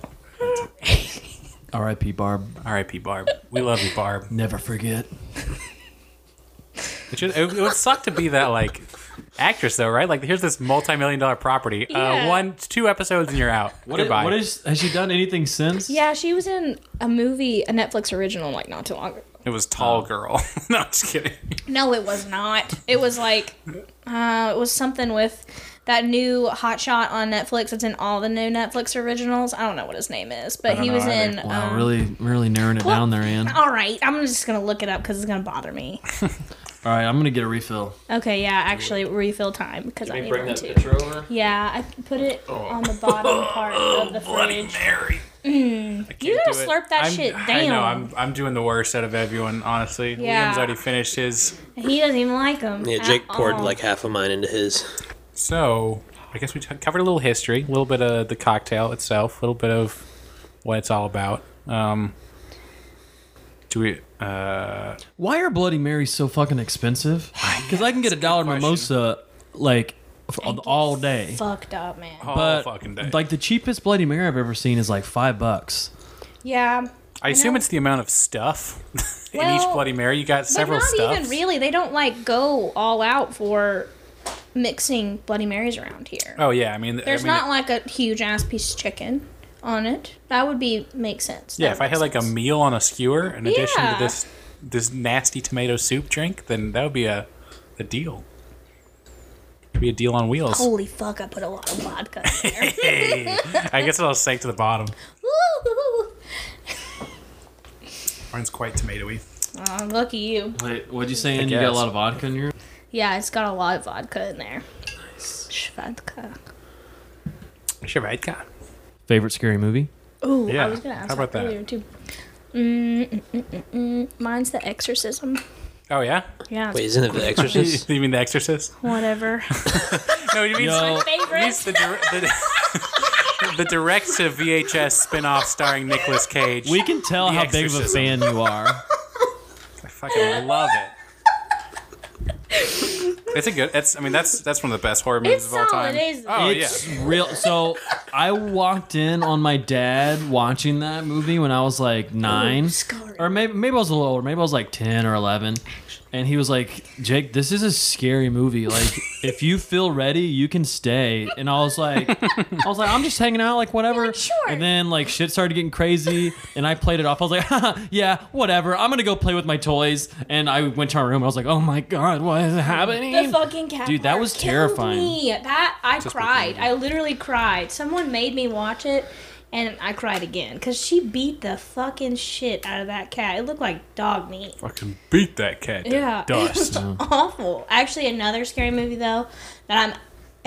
B: R.I.P. Barb.
A: R.I.P. Barb. We love you, Barb.
B: Never forget.
A: It, should, it, it would suck to be that like actress though, right? Like here's this multi-million dollar property. Uh,
C: Yeah.
A: one, two episodes, and you're out.
B: What,
A: Goodbye.
B: what is? Has she done anything since?
C: Yeah, she was in a movie, a Netflix original, like not too long ago.
A: it was Tall Girl. no, I'm just kidding.
C: No, it was not. It was like, uh, it was something with that new hot shot on Netflix. It's in all the new Netflix originals. I don't know what his name is, but he
A: don't
C: was
A: know either.
C: in.
B: Wow,
C: um,
B: really, really narrowing it down there, Ann. All
C: All right, I'm just gonna look it up because it's gonna bother me.
B: right, I'm gonna get a refill.
C: Okay, yeah, actually, refill time because I need one too.
B: over?
C: Yeah, I put it on the bottom part of the fridge. Mm.
A: Mary.
C: You gotta slurp that shit down.
A: I know. I'm I'm doing the worst out of everyone, honestly.
C: Yeah.
A: Liam's already finished his,
C: He doesn't even like them.
D: Yeah, Jake poured like half of mine into his.
A: so I guess we t- covered a little history, a little bit of the cocktail itself, a little bit of what it's all about. Um, do we? Uh,
B: Why are Bloody Marys so fucking expensive? Because I can get a dollar mimosa like f- all day,
C: fucked up, man.
A: all
B: but
A: oh, fucking day.
B: like the cheapest Bloody Mary I've ever seen is like five bucks.
C: Yeah,
A: I assume
C: know.
A: it's the amount of stuff in each
C: Well,
A: Bloody Mary. You got
C: but
A: several
C: not
A: stuffs.
C: even really. They don't like go all out for mixing Bloody Marys around here.
A: Oh yeah, I mean, I
C: There's
A: mean,
C: not like a huge ass piece of chicken on it. That would be make sense.
A: Yeah,
C: That
A: if I
C: would
A: had like
C: make
A: a
C: sense.
A: meal on a skewer in addition to
C: Yeah.
A: this this nasty tomato soup drink, then that would be a a deal. It'd be a deal on wheels.
C: holy fuck, I put a lot of vodka. in there.
A: Hey, I guess I'll sank to the bottom.
C: Woo!
A: Mine's quite tomatoey.
C: Oh, lucky you.
B: Wait, what'd you say? Ann?
A: I
B: You got a
A: guess.
B: lot of vodka in your.
C: Yeah, it's got a lot of vodka in there. Nice. Vodka.
A: Shvedka.
B: Favorite scary movie?
C: Ooh,
A: Yeah,
C: I was gonna ask
A: how about
C: that
A: that?
C: earlier too. Mm, mm, mm, mm, mm. Mine's The Exorcism.
A: Oh yeah,
C: Yeah,
D: Wait, isn't it The Exorcist?
A: you mean The Exorcist?
C: whatever.
A: No, you mean
B: Yo,
A: means
C: Favorite.
A: the, dir- the, the direct to VHS spin-off starring Nicolas Cage.
B: we can tell
A: The
B: how big of a
A: Exorcism.
B: fan you are.
A: I fucking love it. It's a good. It's. I mean, that's that's one of the best horror movies
C: It's
A: of all
C: solid,
A: time.
C: isn't it?
A: oh
B: it's
A: yeah.
B: real. So I walked in on my dad watching that movie when I was
C: Oh,
B: like nine,
C: Scarlet.
B: or maybe maybe I was a little older. Maybe I was like ten or eleven, and he was like, "Jake, this is a scary movie. Like, if you feel ready, you can stay." And I was like, "I was like, I'm just hanging out, like whatever."
C: sure.
B: And then like shit started getting crazy, and I played it off. I was like, Haha, "Yeah, whatever. I'm gonna go play with my toys." And I went to our room. and I was like, "Oh my god, what is happening?"
C: The fucking cat.
B: Dude, that
C: part
B: was
C: killed
B: terrifying.
C: Me. That I
A: with
C: cried. I literally cried. Someone made me watch it, and I cried again because she beat the fucking shit out of that cat. It looked like dog meat.
A: Fucking beat that cat. to
C: Yeah,
A: Dust.
C: it was awful. Actually, another scary movie though that I'm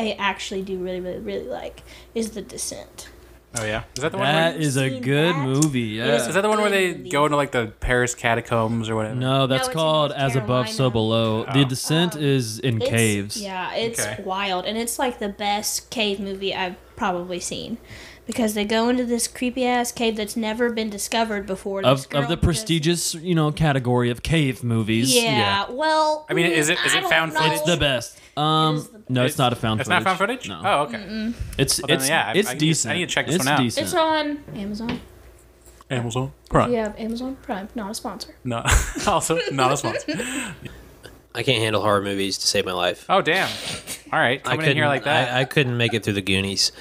C: I actually do really really really like is The Descent.
A: Oh yeah. Is that the one? Where,
B: That is a
C: seen
B: good
C: that?
B: movie.
C: Yes,
B: Yeah.
A: is that the one where they
C: Movie.
A: go into like the Paris catacombs or whatever?
B: No, that's
C: it's in
B: called
C: North
B: As Above, So
C: Carolina. Oh.
B: Below.
A: Oh.
B: The Descent is in
C: It's-
B: caves.
C: Yeah, it's
A: Okay.
C: wild, and it's like the best cave movie I've probably seen. Because they go into this creepy ass cave that's never been discovered before.
B: Of,
C: This girl
B: of the
C: just-
B: prestigious, you know, category of cave movies.
C: Yeah, well.
A: I mean, is it- is it
C: I don't
A: found
C: know.
A: footage?
B: It's the best. Um, no, it's, not a found
A: It's
B: footage.
A: not found footage.
B: No,
A: Oh okay.
B: it's
A: then,
B: it's
A: yeah, I-
B: it's
A: I need to- I
B: decent.
A: need to check this
B: it's
A: one out.
B: Decent.
C: It's on Amazon.
A: Amazon Prime.
C: You have Amazon Prime, not a sponsor.
A: No. also not a sponsor.
D: I can't handle horror movies to save my life.
A: Oh damn. All right.
D: I
A: Coming
D: couldn't.
A: in here like that.
D: I, I couldn't make it through the Goonies.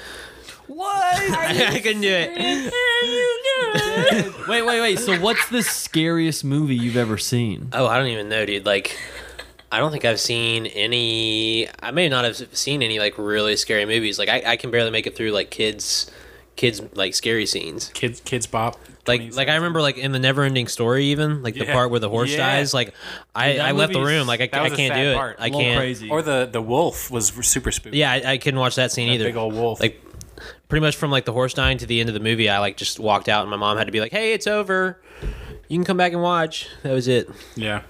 B: what?
D: I couldn't do it.
B: wait, wait, wait. So, what's the scariest movie you've ever seen?
D: Oh, I don't even know, dude. Like, I don't think I've seen any. I may not have seen any like really scary movies. Like, I, I can barely make it through like kids, kids like scary scenes.
A: kids kids bop.
D: Like, like I remember like in the never ending story, even like the
A: Yeah.
D: part where the horse
A: Yeah.
D: dies. Like, I,
B: that
D: I left the
B: movie's-
D: room. Like, I,
A: that
D: I
A: was a
D: can't
A: sad
D: do it.
A: part.
D: I
B: A little
D: can't.
B: crazy.
A: Or the the wolf was super spooky.
D: Yeah, I, I couldn't watch that scene either.
A: Big old wolf.
D: Like, pretty much from like the horse dying to the end of the movie, I like just walked out, and my mom had to be like, "Hey, it's over. You can come back and watch." That was it.
A: Yeah.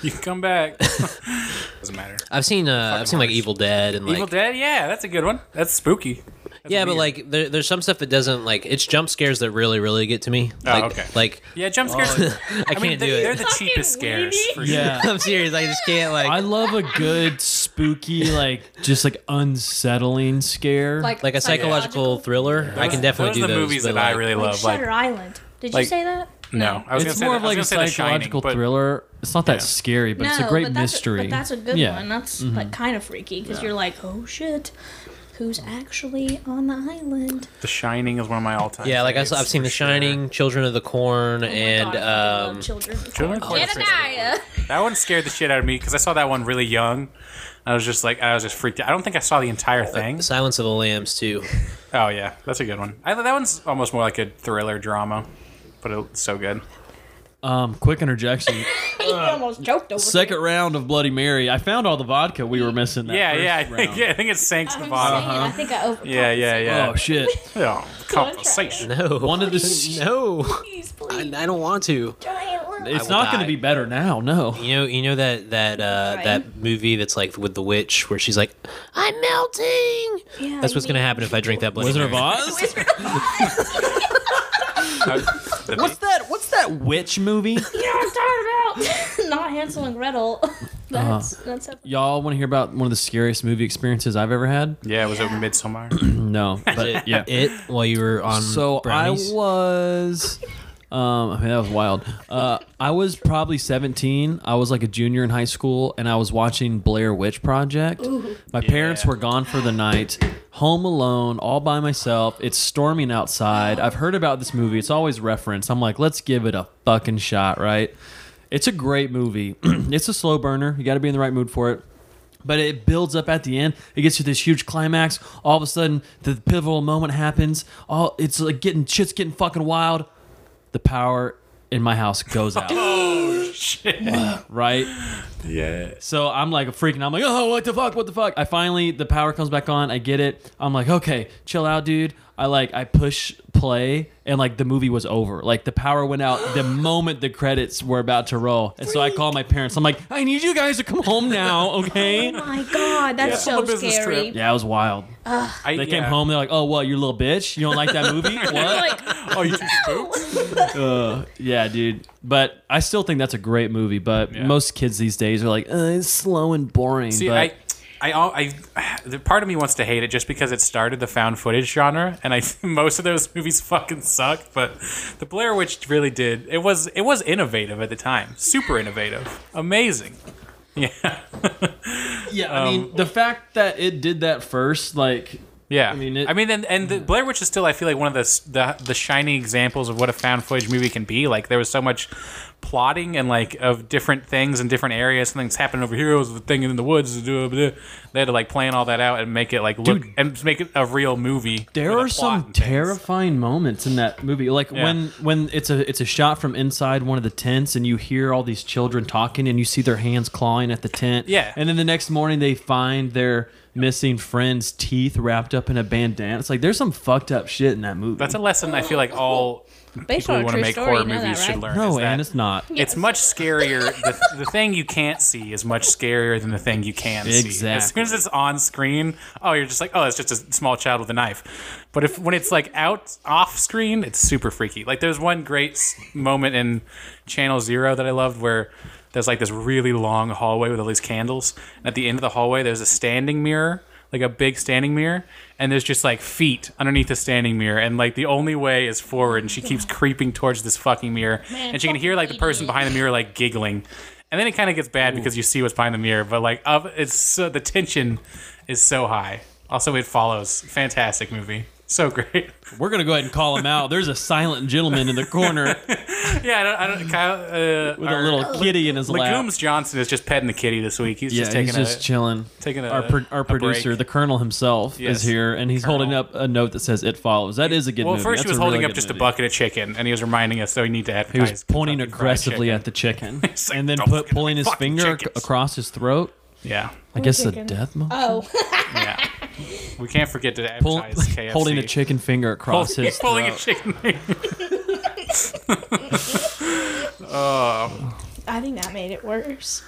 A: You can come back. Doesn't matter.
D: I've seen uh, I've seen like
A: harsh.
D: Evil Dead and like
A: Evil Dead. Yeah, that's a good one. That's spooky. That's
D: yeah, but
A: weird.
D: like there, there's some stuff that doesn't like it's jump scares that really really get to me.
A: Oh,
D: like,
A: okay.
D: Like
A: yeah, jump scares.
D: I,
A: I,
D: can't
A: mean, they,
D: do
A: they're
D: it.
A: the
C: Fucking
A: cheapest scares.
C: weenie.
A: For sure.
B: Yeah.
D: I'm serious. I just can't like
B: I love a good spooky, like just like unsettling scare.
D: like a psychological thriller. I can
A: Those
D: definitely do
A: are the
D: those.
A: movies
D: but,
A: that I
D: like,
A: really
C: Like
A: love.
C: Shutter
A: Like
C: Island. Did
A: like-
C: you say that?
A: No, I was
B: it's
A: gonna
B: more
A: say that- I was
B: of like a
A: gonna say The Shining,
B: psychological
A: but-
B: thriller. It's not that scary, but it's a great
C: but that's
B: mystery.
C: but that's a good
B: yeah.
C: one. That's like kind of freaky because you're like, oh shit, who's actually on the island?
A: The Shining is one of my all-time.
D: Yeah, like I
A: favorites,
D: saw, I've seen
A: for
D: The
A: sure.
D: Shining, Children of the Corn, and
C: God, I love
D: um,
C: children.
A: Children of the Corn is
C: Jedediah.
A: That one scared the shit out of me because I saw that one really young. I was just like, I was just freaked out. I don't think I saw the entire thing.
D: um, Silence of the Lambs too.
A: Oh yeah, that's a good one. I, that one's almost more like a thriller drama, but it's so good.
B: Um, quick interjection.
C: you almost choked over
B: Second round of Bloody Mary. I found all the vodka we were missing. That
A: yeah,
B: first
A: yeah, I think,
B: round.
A: yeah. I think it sinks the
C: I'm
A: bottom.
D: Uh-huh.
C: saying, I think I over.
A: Yeah, yeah, yeah.
B: Oh shit!
A: Oh, conversation.
D: No,
B: One of the.
D: no.
C: Please,
D: I,
C: please.
D: I don't want to.
B: It's
D: will
B: not going
D: die.
B: to be better now. No.
D: You know, you know that that uh,
C: Right.
D: that movie that's like with the witch where she's like, "I'm melting."
C: Yeah,
D: That's what's
C: you
D: gonna happen if I drink that Bloody
B: Wizard of
D: Mary.
B: Oz.
A: The-
B: What's that? What's that witch movie?
C: know what I'm talking about? Not Hansel and Gretel. That's that's a
B: Y'all want to hear about one of the scariest movie experiences I've ever had?
A: yeah, was it Midsummer?
B: No, but
D: It,
B: yeah.
D: it while you were on
B: so
D: brownies.
B: I was. Um, I mean that was wild. Uh, I was probably 17. I was like a junior in high school, and I was watching Blair Witch Project. My parents were gone for the night, home alone, all by myself. It's storming outside. I've heard about this movie. It's always referenced. I'm like, let's give it a fucking shot, right? It's a great movie. it's a slow burner. You got to be in the right mood for it. But it builds up at the end. It gets to this huge climax. All of a sudden, the pivotal moment happens. All it's like getting shit's getting fucking wild. The power in my house goes out. oh shit! Right.
A: yeah.
B: So I'm like freaking. I'm like, oh, what the fuck? What the fuck? I finally the power comes back on. I get it. I'm like, okay, chill out, dude. I like I push play and like the movie was over. Like the power went out the moment the credits were about to roll. And so I call my parents. I'm like, I need you guys to come home now, okay?
C: Oh my god, that's
A: Yeah. Full
C: so
A: business
C: scary.
A: trip.
B: Yeah, it was wild.
A: I,
B: They came
A: Uh, yeah.
B: home. They're like, "Oh, what? You little bitch! You don't like that movie? what?
C: Like,
A: Oh, you too spooked?
B: Yeah, dude. But I still think that's a great movie. But
A: Yeah.
B: most kids these days are like, uh, "It's slow and boring."
A: See,
B: but
A: I, I, al- I, the part of me wants to hate it just because it started the found footage genre, and I most of those movies fucking suck. But the Blair Witch really did. It was it was innovative at the time, super innovative, amazing.
B: yeah, I mean, the fact that it did that first, like,
A: Yeah, I
B: mean,
A: mean,
B: it-
A: I mean, and, and the Blair Witch is still, I feel like, one of the, s- the the shining examples of what a found footage movie can be. Like there was so much plotting and like of different things in different areas. Something's happening over here. Was the thing in the woods? blah, blah, blah. They had to like plan all that out and make it like look
B: Dude.
A: and make it a real movie.
B: there
A: with a
B: are
A: plot
B: some
A: and things.
B: terrifying moments in that movie. Like
A: Yeah.
B: when when it's a it's a shot from inside one of the tents, and you hear all these children talking, and you see their hands clawing at the tent.
A: Yeah.
B: and then the next morning they find their missing friend's teeth wrapped up in a bandana. It's like there's some fucked up shit in that movie.
A: That's a lesson I feel like all
C: based
A: people
C: on
A: who want
C: a
A: to
C: true
A: make
C: story,
A: horror
C: you know
A: movies
C: that, right?
A: should learn.
B: no,
A: is that
B: and it's not.
A: It's much scarier. The, the thing you can't see is much scarier than the thing you can see. As soon
B: Exactly.
A: as it's on screen, oh, you're just like, oh, it's just a small child with a knife. But if when it's like out off screen, it's super freaky. Like there's one great s- moment in Channel Zero that I loved where there's like this really long hallway with all these candles, and at the end of the hallway, there's a standing mirror. Like a big standing mirror, and there's just like feet underneath the standing mirror, and like the only way is forward, and she keeps creeping towards this fucking mirror,
C: Man,
A: and she can hear like the person
C: idiot.
A: behind the mirror like giggling, and then it kind of gets bad because you see what's behind the mirror. But like, up, it's so, the tension is so high. Also, it follows. Fantastic movie. So great.
B: We're gonna go ahead and call him out. There's a silent gentleman in the corner
A: Yeah, I don't. I don't Kyle, uh,
B: with a
A: our-
B: little kitty in his lap.
A: Legumes Johnson is just petting the kitty this week. He's
B: Yeah,
A: just taking
B: he's
A: a
B: just chilling.
A: taking a-
B: our pro-
A: a
B: our producer,
A: break.
B: the Colonel himself,
A: Yes.
B: is here, and he's
A: Colonel.
B: holding up a note that says "It follows." That is a good
A: Well,
B: movie.
A: first
B: That's
A: he was
B: a
A: holding
B: really
A: up
B: good
A: just a
B: movie.
A: bucket of chicken, and he was reminding us that we need to advertise.
B: He was pointing
A: Kentucky Fried
B: aggressively
A: Chicken.
B: at the chicken,
A: said,
B: and then
A: "Don't
B: put,
A: forget
B: pulling
A: the
B: his
A: fucking
B: finger ac-
A: chickens."
B: across his throat.
A: Yeah,
B: I guess
C: chicken?
B: the death motion.
C: Oh,
A: yeah. we can't forget to
B: Pull-
A: advertise KFC.
B: holding a chicken finger across his
A: pulling a
B: throat.
A: chicken.
C: I think that made it worse.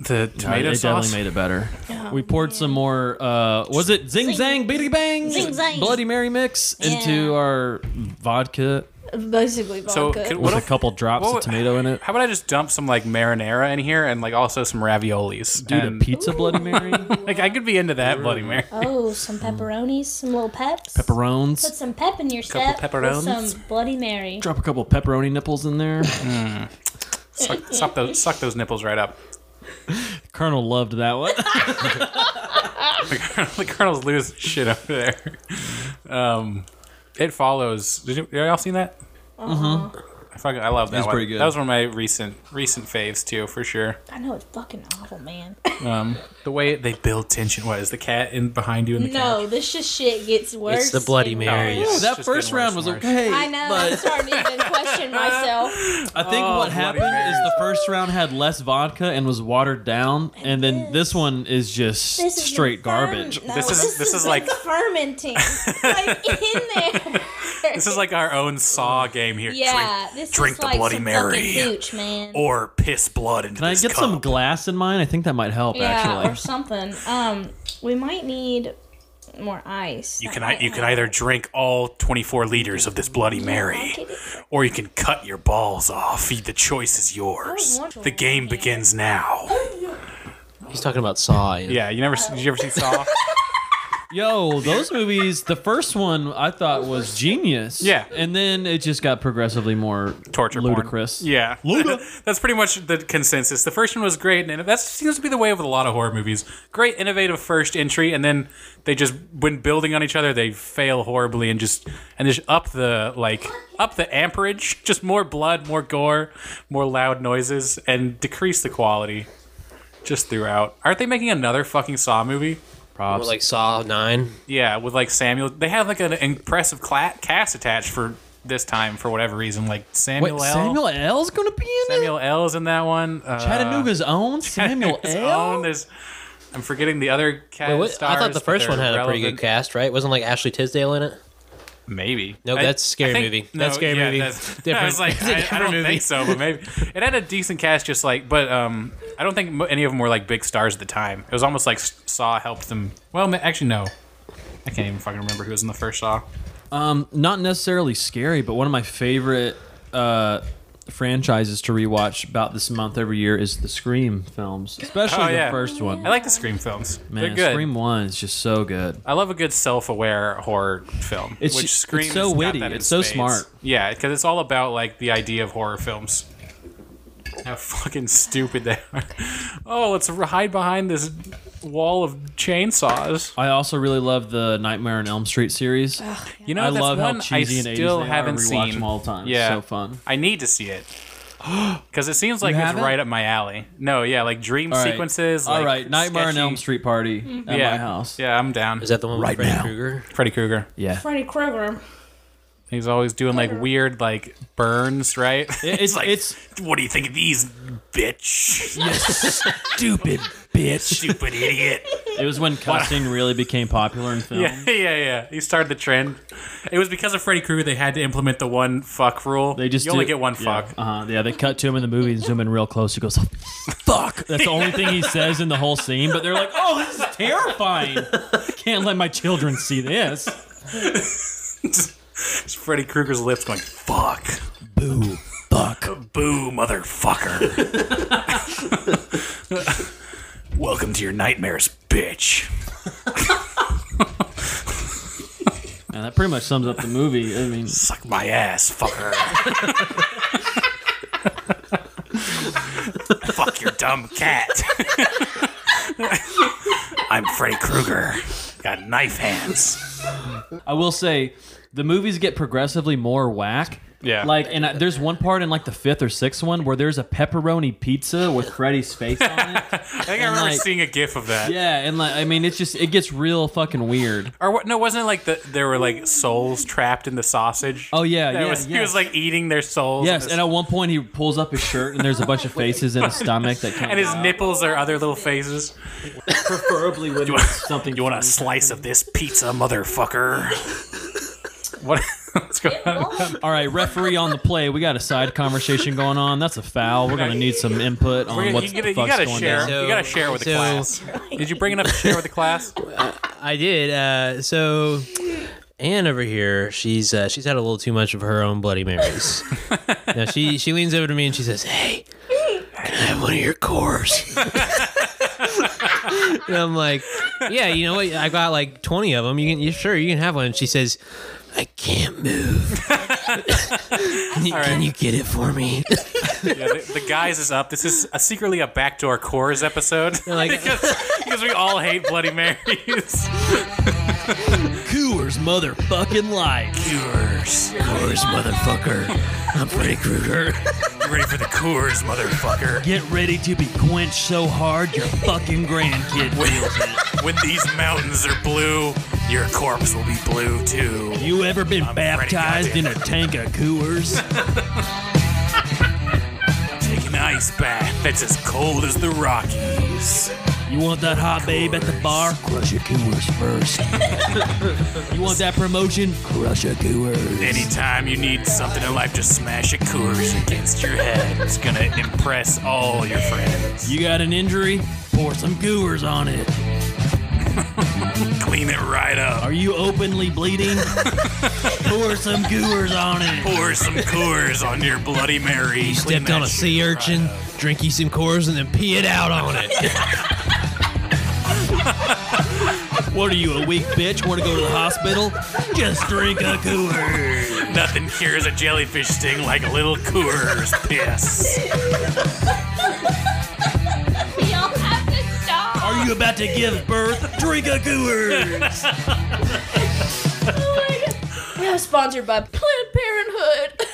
A: The
B: No, it
A: tomato sauce.
B: definitely made it better. we poured some more. Uh, was it oh, zing zang bitty bang
C: Zing Zang.
B: bloody mary mix into
C: Yeah.
B: our vodka
C: basically
A: So
C: vodka.
A: could-
B: with
A: what
B: a
A: if-
B: couple drops
A: what
B: of
A: would-
B: tomato in it.
A: How about I just dump some like marinara in here and like also some raviolis?
B: Dude,
A: and-
B: a pizza Bloody Mary,
A: Like I could be into that Bloody Mary.
C: oh, some
A: Hmm.
C: pepperonis, some little peps.
B: pepperones.
C: Put some pep in your
A: Couple
C: step. with
A: pepperonis.
C: Some Bloody Mary.
B: Drop a couple pepperoni nipples in there.
A: Suck, suck those suck those nipples right up.
B: Colonel loved that one.
A: The, colonel- the colonel's losing shit over there. Um, it follows. Did, you, y'all seen that? Mm-hmm. I fucking I love that
B: was
A: one.
B: pretty good.
A: That was one of my recent recent faves too, for sure.
C: I know it's fucking awful, man.
A: Um, the way they build tension was the cat in behind you in the
C: no, this just shit gets worse.
D: It's the Bloody
C: and
D: Marys.
A: worse.
B: that
A: just
B: first
A: getting
B: round
A: worse
B: was
A: and worse.
B: okay.
C: I know. I'm
B: But
C: starting to even question myself.
B: I think
A: Oh, Bloody
B: what happened is
A: Marys.
B: the first round had less vodka and was watered down, and then this one is just
C: This is
B: straight
C: the ferm-
B: garbage.
C: no,
A: This is- this is like-
C: the fermenting, like in there.
A: This is like our own Saw game here.
C: yeah. this
A: drink
C: is
A: the
C: like
A: Bloody
C: some
A: Mary.
C: fucking hooch, man.
A: or piss blood into
B: Can I get some glass in mine? I think that might help.
C: yeah, or
B: Actually,
C: something. Um, we might need more ice.
A: You can you can either drink all 24 liters of this Bloody Mary, or you can cut your balls off. The choice is yours. The game begins now.
D: He's talking about Saw. you know.
A: Yeah, you never s- did you ever see Saw?
B: yo, those movies. The first one I thought was genius.
A: Yeah.
B: and then it just got progressively more
A: Torture porn.
B: ludicrous.
A: Yeah, that's pretty much the consensus. The first one was great, and that seems to be the way with a lot of horror movies. Great, innovative first entry, and then they just when building on each other, they fail horribly and just and just up the like up the amperage, just more blood, more gore, more loud noises, and decrease the quality just throughout. Aren't they making another fucking Saw movie?
D: Or like Saw Nine.
A: Yeah, with like Samuel, they have like an impressive cla- cast attached for this time for whatever reason, like
B: Wait,
A: Samuel L.
B: Samuel L's gonna be in it.
A: Samuel L is in that one. Uh,
B: Chattanooga's own Samuel
A: his
B: L.
A: own. There's, I'm forgetting the other cast
D: Wait, what-
A: stars.
D: I thought the
A: but
D: first
A: they're
D: one had a pretty
A: relevant.
D: good cast, right? Wasn't like Ashley Tisdale in it?
A: Maybe.
D: No,
A: I-
D: that's Scary
A: I think-
D: Movie.
A: no,
D: That's Scary
A: yeah,
D: Movie.
A: that's- I
D: Different.
A: was like,
D: It's a
A: I, I
D: different
A: don't
D: movie.
A: think so, but maybe it had a decent cast. Just like, but um, I don't think mo- any of them were like big stars at the time. It was almost like S- Saw helped them. Well, ma- actually, no. I can't even fucking remember who was in the first Saw.
B: not necessarily scary, but one of my favorite uh, franchises to rewatch about this month every year is the Scream films, especially
A: Oh,
B: the
A: yeah.
B: first one.
A: I like the Scream films.
B: Man,
A: They're good.
B: Scream One is just so good.
A: I love a good self-aware horror film.
B: It's
A: which
B: ju-
A: Scream
B: it's so
A: has got
B: witty.
A: that in
B: It's so
A: spades.
B: smart.
A: Yeah, because it's all about like the idea of horror films. How fucking stupid they are! Oh, let's r- hide behind this wall of chainsaws.
B: I also really love the Nightmare on Elm Street series.
A: You know,
B: I
A: that's
B: love how
A: one
B: cheesy
A: I
B: and 80s
A: still
B: they are. I
A: haven't
B: rewatch
A: seen.
B: them all the time. It's
A: Yeah,
B: so fun.
A: I need to see it because it seems like it's
B: haven't?
A: right up my alley. No, yeah, like dream
B: All right.
A: sequences.
B: All
A: like,
B: right, Nightmare on
A: sketchy- Mm-hmm.
B: Elm Street party at
A: Yeah,
B: my house.
A: Yeah, I'm down.
D: Is that the one with
B: Right
D: Freddy
B: now.
D: Krueger?
A: Freddy Krueger?
B: Yeah.
C: Freddy Krueger.
A: He's always doing like weird like burns, right?
B: It's
A: like-
B: it's
A: What do you think of these, bitch? You
B: stupid bitch.
A: stupid idiot.
B: It was when cussing really became popular in film.
A: Yeah, yeah, yeah. He started the trend. Um, It was because of Freddy Krueger they had to implement the one fuck rule.
B: They just
A: you only
B: do-
A: get one
B: yeah,
A: fuck.
B: Uh-huh, yeah, they cut to him in the movie and zoom in real close. He goes, "Fuck!" That's the only thing he says in the whole scene. But they're like, "Oh, this is terrifying! I can't let my children see this."
A: It's Freddy Krueger's lips going fuck,
B: Boo! Fuck!
A: boo, motherfucker. Welcome to your nightmares, bitch.
B: And that pretty much sums up the movie. I mean,
A: Suck my ass, fucker. Fuck your dumb cat. I'm Freddy Krueger. Got knife hands.
B: I will say, the movies get progressively more whack.
A: Yeah.
B: Like, and I, there's one part in like the fifth or sixth one where there's a pepperoni pizza with Freddy's face on it.
A: I think I remember
B: like-
A: seeing a gif of that.
B: Yeah, and like, I mean, it's just it gets real fucking weird.
A: Or what? No, wasn't it like the, there were like souls trapped in the sausage?
B: Oh yeah,
A: That
B: yeah,
A: was,
B: yeah.
A: He was like eating their souls.
B: Yes,
A: and
B: and
A: his,
B: at one point he pulls up his shirt and there's a bunch of faces in his stomach that come
A: and his
B: out.
A: nipples are other little faces.
B: preferably with something.
A: You want a slice of this pizza, motherfucker? what? What's going on?
B: All right, referee on the play. We got a side conversation going on. That's a foul. We're gonna need some input on
A: We're gonna- you,
B: what's
A: gotta,
B: the
A: you
B: fuck's
A: gotta
B: going
A: share.
B: down.
A: you gotta share with the
D: So-
A: class. Did you bring enough to share with the class?
D: I did. Uh, so Anne over here, she's uh, she's had a little too much of her own Bloody Marys. now she she leans over to me and she says, "Hey, can I have one of your cores?" and I'm like, "Yeah, you know what? I got like 20 of them. You can, you sure you can have one?" And she says, "I can't move. can, you, can you get it for me?"
A: Yeah, the, the guys is up. This is a, secretly a backdoor cores episode
D: like-
A: because, because we all hate Bloody Marys.
D: Coors, motherfucking life. Coors, Coors, motherfucker. I'm Freddy Krueger.
A: You ready for the Coors, motherfucker?
G: Get ready to be quenched so hard your fucking grandkid feels it.
A: When these mountains are blue, your corpse will be blue too.
G: You ever been
A: ready,
G: baptized in a tank of Coors?
A: Take an ice bath that's as cold as the Rockies.
G: You want that hot babe at the bar? Crush a Coors first. you want that promotion? Crush a Coors.
A: Anytime you need something in life, just smash a Coors against your head. It's gonna impress all your friends.
G: You got an injury? Pour some Coors on it.
A: Clean it right up.
G: Are you openly bleeding? Pour some Coors on it.
A: Pour some Coors on your Bloody Mary.
D: You
A: Clean
D: stepped
A: that
D: on a
A: shit
D: sea
A: right
D: urchin,
A: up.
D: drink you some Coors, and then pee it out on it.
G: What are you, a weak bitch? Want to go to the hospital? Just drink a Coors.
A: Nothing cures a jellyfish sting like a little Coors piss.
C: Y'all have to stop.
G: Are you about to give birth? Drink a Coors.
C: We're sponsored by Planned Parenthood.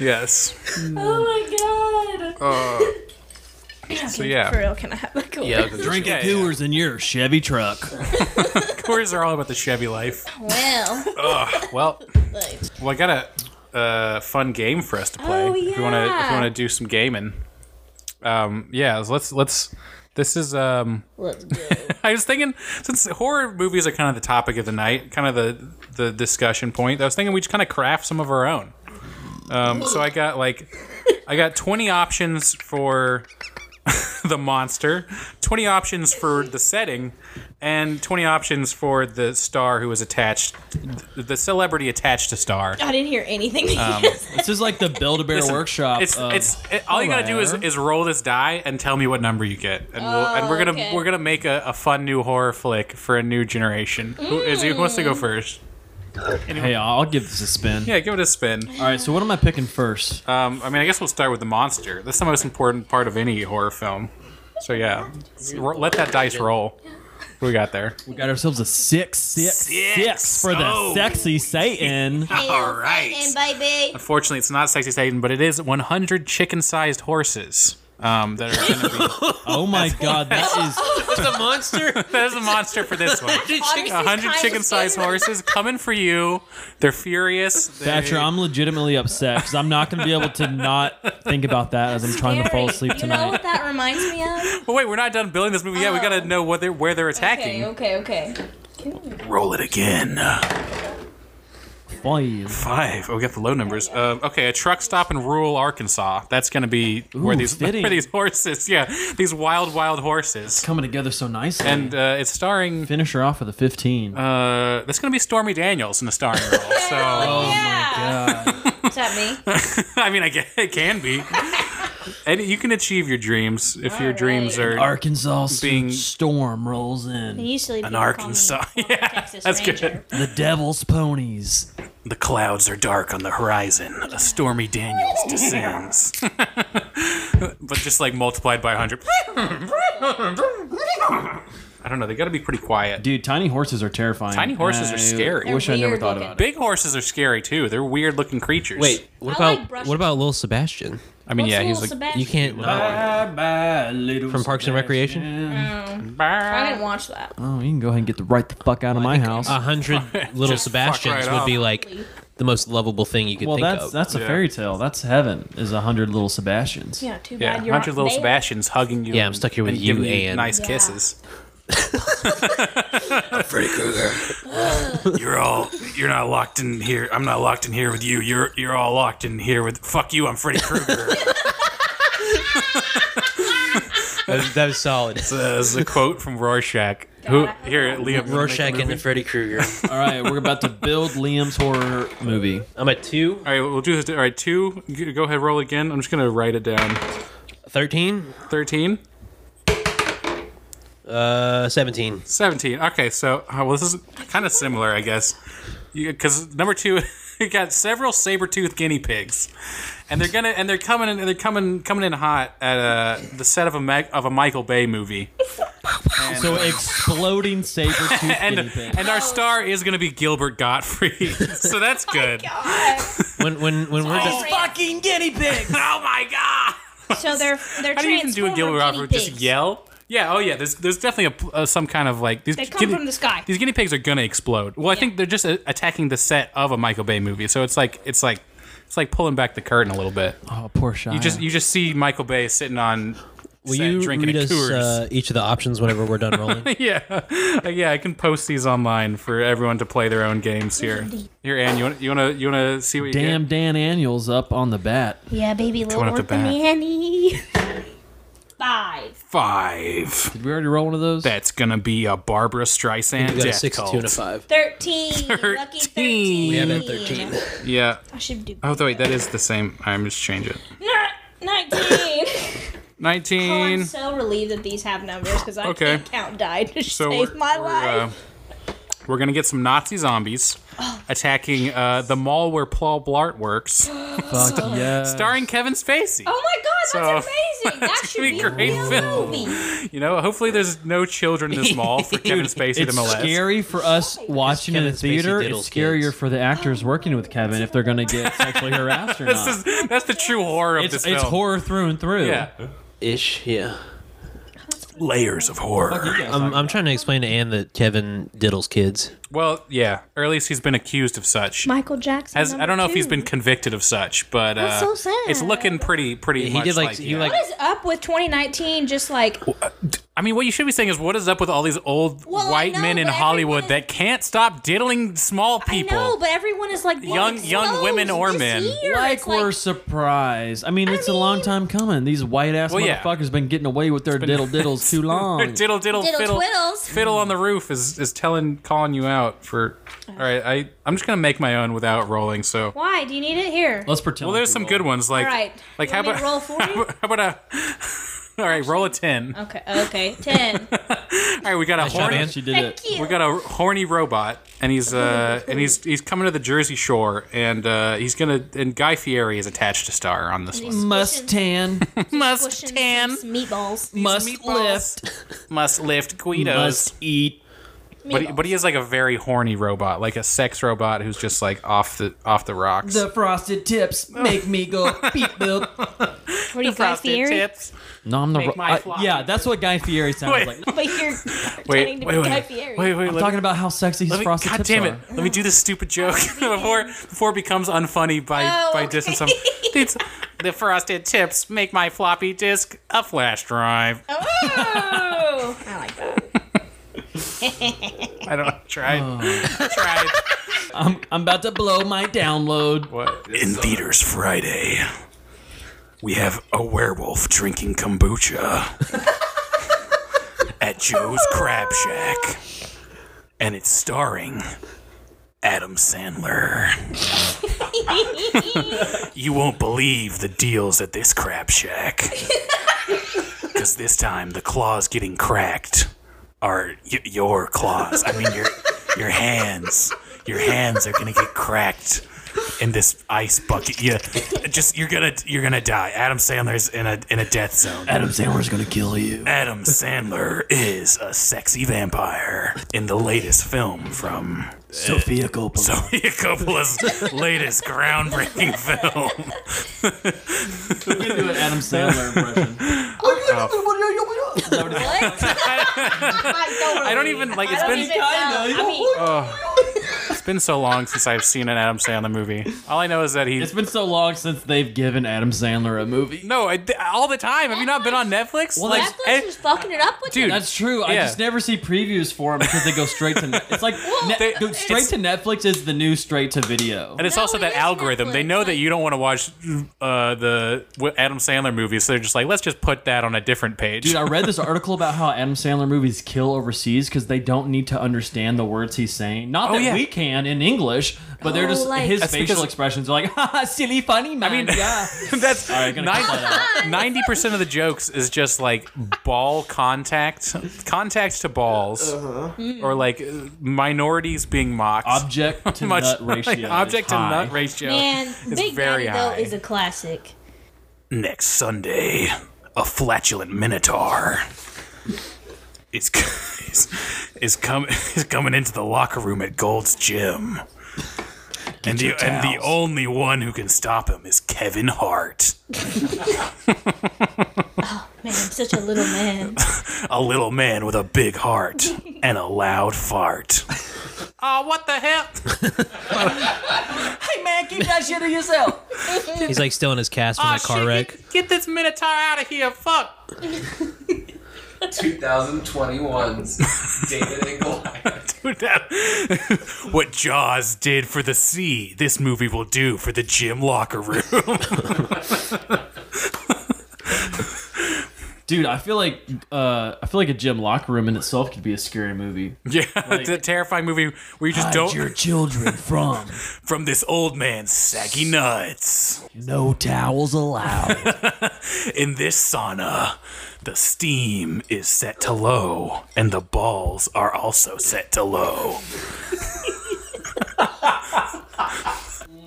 A: Yes.
C: Oh my god.
A: So yeah,
C: For real, can I have a cool?
G: Drink
A: Yeah,
G: a
A: yeah.
G: Coors in your Chevy truck.
A: Coors are all about the Chevy life.
C: Well,
A: Well,
C: like,
A: well, I got a uh, fun game for us to play.
C: Oh,
A: If you want to, if you
C: yeah.
A: want to do some gaming, um, yeah. so Let's let's. This is um.
C: let's go.
A: I was thinking since horror movies are kind of the topic of the night, kind of the the discussion point. I was thinking we just kind of craft some of our own. Um, so I got like I got 20 options for the monster, 20 options for the setting, and 20 options for the star who is attached the celebrity attached to star.
C: I didn't hear anything.
A: Uh,
C: that you said.
B: This is like the Build a Bear workshop.
A: It's
B: of-
A: it's it, all you gotta do is,
B: Uh, Hello.
A: is roll this die and tell me what number you get, and we'll, and we're gonna
C: okay.
A: we're gonna make a, a fun new horror flick for a new generation. Who is who wants to go first?
B: hey, I'll give this a spin.
A: Yeah, give it a spin.
B: All right, so what am I picking first?
A: Um, I mean, I guess we'll start with the monster. That's the most important part of any horror film. So yeah, Let's ro- let that dice roll. What we got there?
B: We got ourselves a six, six,
A: Six.
B: six for the
A: Oh.
B: sexy Satan.
A: All right.
C: baby.
A: Unfortunately, it's not sexy Satan, but it is 100 chicken-sized horses. Um, that are gonna be.
B: Oh my God, that
D: What's a monster?
A: that is the monster for this one.
C: Honestly,
A: A hundred
C: kind of
A: chicken-sized
C: scared.
A: horses coming for you. They're furious.
B: is Thatcher. I'm legitimately upset because I'm not going to be able to not think about that as I'm trying to fall asleep
C: You know
B: tonight.
C: what that reminds me of?
A: But wait, we're not done building this movie yet. We gotta know what they're, where they're attacking.
C: Okay, okay, okay.
A: Roll it again.
B: Five.
A: Five. Oh, we got the low numbers. Uh, okay, a truck stop in rural Arkansas. That's gonna be where
B: Ooh,
A: these
B: fitting.
A: where these horses. Yeah, these wild, wild horses.
B: Coming together so nicely.
A: And uh, it's starring.
B: finish her off with a 15.
A: Uh, that's gonna be Stormy Daniels in the starring role. So
C: Is that me?
A: I mean, I guess it can be. And you can achieve your dreams if your dreams are
B: Arkansas
A: Being-
B: storm rolls in.
C: Usually
A: an Arkansas. Yeah,
C: Texas
A: that's
C: Ranger.
A: good.
B: The devil's ponies.
A: The clouds are dark on the horizon. A stormy Daniels descends. but just like multiplied by 100. I don't know. They got to be pretty quiet.
B: Dude, tiny horses are terrifying.
A: Tiny horses are
B: I
A: scary.
B: Wish I never
C: Weird
B: thought
C: looking.
B: about it.
A: Big horses are scary too. They're weird looking creatures.
D: Wait, what
C: I like
D: about
C: brushes.
D: what about little Sebastian?
A: I mean, yeah,
C: What's
A: he's
C: little
A: like.
C: Sebastian?
D: You can't.
B: Bye bye, little
D: From Parks and Recreation?
B: Sebastian.
C: I didn't watch that.
B: Oh, you can go ahead and get the right the fuck out of my house.
D: A hundred little
A: Just fuck
D: Sebastians
A: right
D: would
A: off.
D: be like the most lovable thing you could
B: well,
D: think
B: that's
D: of.
B: that's a
A: Yeah.
B: fairy tale. That's heaven. Is a hundred little Sebastians.
C: Yeah, too
A: Yeah,
C: bad you're
A: bunch of
C: not
A: little
C: there.
A: Sebastians hugging you.
D: Yeah, I'm
A: and-
D: stuck here with
A: and
D: you,
A: giving
D: Anne.
A: Nice
C: Yeah.
A: kisses.
D: Freddy Krueger.
A: You're all. You're not locked in here. I'm not locked in here with you. You're. You're all locked in here with. Fuck you. I'm Freddy Krueger.
D: That was solid.
A: That's a quote from Rorschach. Who here, Liam? wanna make a
D: Rorschach and
A: movie?
D: the Freddy Krueger.
B: All right, we're about to build Liam's horror movie.
D: I'm at two.
A: All right, we'll do this. All right, two. g- Go ahead, roll again. I'm just gonna write it down.
D: 13?
A: Thirteen.
D: Uh, 17.
A: 17. Okay, so uh, well, this is kind of similar, I guess. Because number two, you got several saber-toothed guinea pigs, and they're gonna and they're coming in, and they're coming coming in hot at uh, the set of a Mac, of a Michael Bay movie,
B: So exploding saber tooth
A: and
B: guinea pig.
A: and our star is gonna be Gilbert Gottfried, so that's
C: Oh
A: good.
D: When when when we're done,
B: fucking guinea pigs.
A: oh my god!
C: So they're they're
A: How do you even do a Gilbert
C: Transformer
A: Gottfried?
C: guinea
A: Just
C: pigs.
A: yell? Yeah. Oh yeah. There's there's definitely a uh, some kind of like these.
C: They come
A: guinea-
C: from the sky.
A: These guinea pigs are gonna explode. Well, I think they're just uh, attacking the set of a Michael Bay movie, so it's like it's like it's like pulling back the curtain a little bit.
B: Oh, poor Shia.
A: You just you just see Michael Bay sitting on
D: will
A: set
D: you
A: drinking
D: read
A: a
D: us
A: Coors.
D: uh, each of the options whenever we're done rolling?
A: yeah, Uh, yeah. I can post these online for everyone to play their own games here. Here, Anne, you want you want to you want to see what you
B: Damn,
A: get?
B: Dan Annuals up on the bat.
C: Yeah, baby, little
A: up the
C: orphan
A: bat.
C: Annie. Five.
A: Five.
B: Did we already roll one of those?
A: That's gonna be a Barbara Streisand
D: We got a
A: death
D: six, a
A: cult.
D: two, and a five.
C: Thirteen. Lucky
A: Thirteen.
C: thirteen.
A: We
D: Yeah,
A: Yeah.
D: I'm at 13.
C: I should do.
A: Oh, wait, that is the same. I'm just change it.
C: Nineteen. oh, I'm
A: Nineteen.
C: so relieved that these have numbers because I
A: Okay.
C: can't count died to
A: So
C: save
A: we're,
C: my
A: we're,
C: life. Oh.
A: uh, we're gonna get some Nazi zombies attacking uh, the mall where Paul Blart works,
B: Fuck yeah.
A: starring Kevin Spacey.
C: Oh my god, that's
A: So-
C: amazing! That should
A: be
C: be, a
A: great
C: real
A: film.
C: movie.
A: You know, hopefully there's no children in this mall for Kevin Spacey to
B: It's
A: molest.
B: scary for us watching in the
D: Kevin Spacey
B: theater.
D: diddles
B: It's scarier
D: kids.
B: for the actors working with Kevin if they're going to get sexually harassed or
A: That's,
B: not.
A: the- that's the true horror of
B: It's,
A: this
B: it's
A: film.
B: horror through and through.
A: Yeah.
D: Ish, yeah.
A: Layers of horror.
D: I'm, I'm trying to explain to Anne that Kevin diddles kids.
A: Well, yeah, or at least he's been accused of such.
C: Michael Jackson.
A: As, I don't know if he's been
C: number
A: convicted of such, but uh,
C: That's so sad.
A: it's looking pretty, pretty.
D: He
A: much
D: did like,
A: like
D: he
A: yeah.
D: like
C: two. What is up with 2019? Just like
A: I mean, what you should be saying is, what is up with all these old
C: Well, I
A: white
C: know,
A: men in
C: but
A: Hollywood
C: everyone-
A: that can't stop diddling small people?
C: I know, but everyone is like
A: Young-
C: blowing
A: young
C: smoke
A: women or
C: this
A: men.
C: year.
B: Like
C: It's like-
B: we're surprised. I mean, it's a
C: mean-
B: long time coming. These white ass
A: Well, yeah.
B: motherfuckers been getting away with their diddle diddles too
A: Or
B: long.
A: diddle, diddle,
C: Diddle
A: fiddle,
C: twiddles.
A: fiddle on the roof is is telling, calling you out for. All right, I I'm just gonna make my own without rolling. So
C: Why do you need it here?
B: Let's pretend.
A: well, there's some good ones like
C: All right.
A: like
C: You
A: how
C: want me
A: about
C: to roll for
A: how
C: you?
A: about- how about a all right, roll a ten.
C: Okay, okay, ten.
A: All right, we got a
B: Shot
A: horny
B: she did it.
C: Cute.
A: we got a horny robot, and he's uh and he's he's coming to the Jersey Shore, and uh he's gonna and Guy Fieri is attached to star on this one.
B: Mustang,
A: Must
C: Pushing
A: tan,
C: some meatballs.
B: must
A: meatballs.
B: lift,
A: must lift Guidos.
B: must eat.
A: But he, but he is like a very horny robot, like a sex robot who's just like off the off the rocks.
B: The frosted tips make me go beep boop.
C: What do you Guy Fieri?
A: tips.
B: No, I'm the.
A: Make
B: Ro-
A: my
B: I-
A: floppy
B: yeah, that's what Guy Fieri sounds
A: Wait.
B: like.
C: But you're
A: Wait,
C: pretending
A: wait,
C: to
A: wait,
C: be Guy
A: wait,
C: Fieri.
A: wait, wait,
B: I'm talking about how sexy his
A: Let me,
B: frosted
A: God
B: tips
A: damn
B: are.
A: it! Let me do this stupid joke before before it becomes unfunny by
C: Oh,
A: by
C: okay.
A: dissing some. It's, the frosted tips make my floppy disk a flash drive.
C: Oh, I like that.
A: I don't try.
B: Oh.
A: Try
B: I'm, I'm about to blow my download.
A: what?
H: In theaters Friday, we have a werewolf drinking kombucha at Joe's Crab Shack, and it's starring Adam Sandler. you won't believe the deals at this Crab Shack. Because this time the claws getting cracked are y- your claws. I mean, your, your hands. Your hands are going to get cracked in this ice bucket. Yeah, just you're gonna you're gonna die. Adam Sandler's in a in a death zone.
G: Adam Sandler's gonna kill you.
A: Eh,
H: Adam Sandler is a sexy vampire in the latest film from
G: Sophia Coppola.
H: Sophia Coppola's latest groundbreaking film.
B: Do an Adam Sandler impression.
C: What? I don't,
A: I don't even like. It's
C: I don't
A: been
C: even know. I mean,
A: it's been so long since I've seen an Adam Sandler movie. All I know is that he.
B: It's been so long since they've given Adam Sandler a movie.
A: no, I, all the time. Have you not been on Netflix?
B: Well,
A: like,
B: that's-
C: Netflix
A: eh,
C: is fucking it up with
A: dude,
C: it.
B: That's true. I
A: Yeah.
B: just never see previews for them because they go straight to. Net- it's like Net-
A: They-
B: dude, straight
A: it's-
B: to Netflix is the new straight to video.
A: And it's
C: No,
A: also
C: it
A: that
C: is
A: algorithm. They
C: Netflix,
A: know that
C: like-
A: you don't want to watch uh, the w- Adam Sandler movies, so they're just like, let's just put that on a different page.
B: Dude, I read this article about how Adam Sandler movies kill overseas because they don't need to understand the words he's saying. Not
A: Oh,
B: that
A: yeah.
B: we can in English, but they're
C: Oh,
B: just
C: like-
B: his
A: That's
B: facial
A: because-
B: expressions are like, "Ha, silly, funny man." I mean, yeah.
A: That's
B: All right, gonna cut that
A: ninety percent of the jokes is just like ball contact, contact to balls,
C: Uh-huh.
A: or like uh, minorities being mocked.
B: Object to
A: Much-
B: nut ratio. is
A: object to
B: high.
A: nut ratio.
C: Man,
A: It's
C: Big
A: very
C: Daddy
A: high.
C: though is a classic.
H: Next Sunday, a flatulent minotaur is c- is, is, com- is coming into the locker room at Gold's Gym. And the, and the only one who can stop him is Kevin Hart.
C: Man, I'm such a little man.
H: A little man with a big heart and a loud fart.
A: Oh, what the hell?
B: Hey man, keep that shit to yourself.
D: He's like still in his cast from
A: Oh,
D: the car
A: shit,
D: wreck.
A: Get, get this minotaur out of here! Fuck.
I: 2021's David and Goliath.
H: Dude, that- what Jaws did for the sea, this movie will do for the gym locker room.
B: Dude, I feel like uh, I feel like a gym locker room in itself could be a scary movie.
A: Yeah, the terrifying movie where you just
G: Hide
A: don't
G: your children from.
H: From this old man's saggy nuts.
G: No towels allowed.
H: In this sauna, the steam is set to low, and the balls are also set to low.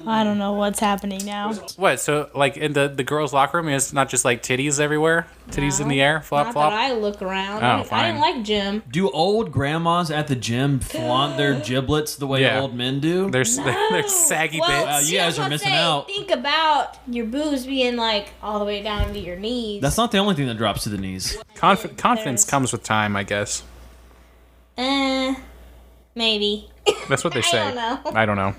C: I don't know what's happening now.
A: What? So, like in the the girls' locker room, it's not just like titties everywhere, titties in the air, flop
C: Not
A: flop.
C: that I look around.
A: Oh,
C: I, I
A: fine.
C: didn't like Jim.
B: Do old grandmas at the gym flaunt their giblets the way
A: Yeah.
B: old men do? Uh,
A: There's there's saggy
C: well,
A: bits.
B: you
C: see, I was
B: guys are
C: gonna
B: missing
C: say,
B: out.
C: Think about your boobs being like all the way down to your knees.
B: That's not the only thing that drops to the knees.
A: Conf- confidence
C: There's-
A: comes with time, I guess.
C: uh, maybe.
A: That's what they
C: I
A: say.
C: don't know.
A: I don't know.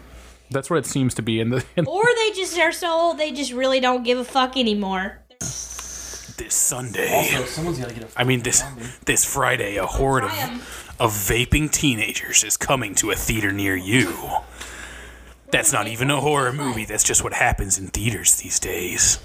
A: That's what it seems to be in the. In-
C: Or they just are so old they just really don't give a fuck anymore.
H: This Sunday,
B: someone's gotta get a.
H: I mean this this Friday, a horde of, of vaping teenagers is coming to a theater near you. That's not even a horror movie. That's just what happens in theaters these days.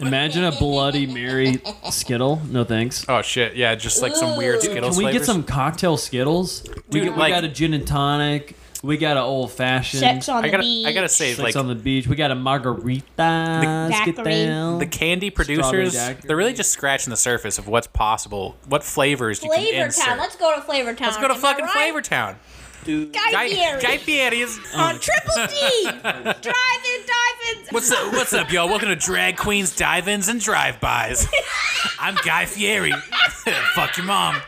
B: Imagine a Bloody Mary Skittle. No thanks.
A: oh shit! Yeah, just like some weird Skittles
B: Can we
A: flavors.
B: get some cocktail Skittles? we,
A: Dude,
B: we
A: like-
B: got a gin and tonic. We got an old fashioned.
C: Sex
A: Mm. I
C: on the
A: gotta
C: beach.
A: I gotta say
B: Sex
A: like.
B: on the beach. We got a margarita. Let's get
C: Daiquiri.
B: down.
A: the candy
B: Strawberry
A: producers,
B: daiquiri.
A: they're really just scratching the surface of what's possible. What flavors you can
C: Flavor
A: insert.
C: Town. Let's go to Flavor Town.
A: Let's go to
C: Am I
A: fucking
C: right?
A: Flavor Town.
C: Guy,
A: Guy,
C: Fieri.
A: Guy Fieri is
C: on Triple D. Drive through diamonds.
H: What's up, what's up, y'all? Welcome to Drag Queens Dive-Ins and Drive-Bys. I'm Guy Fieri. Fuck your mom.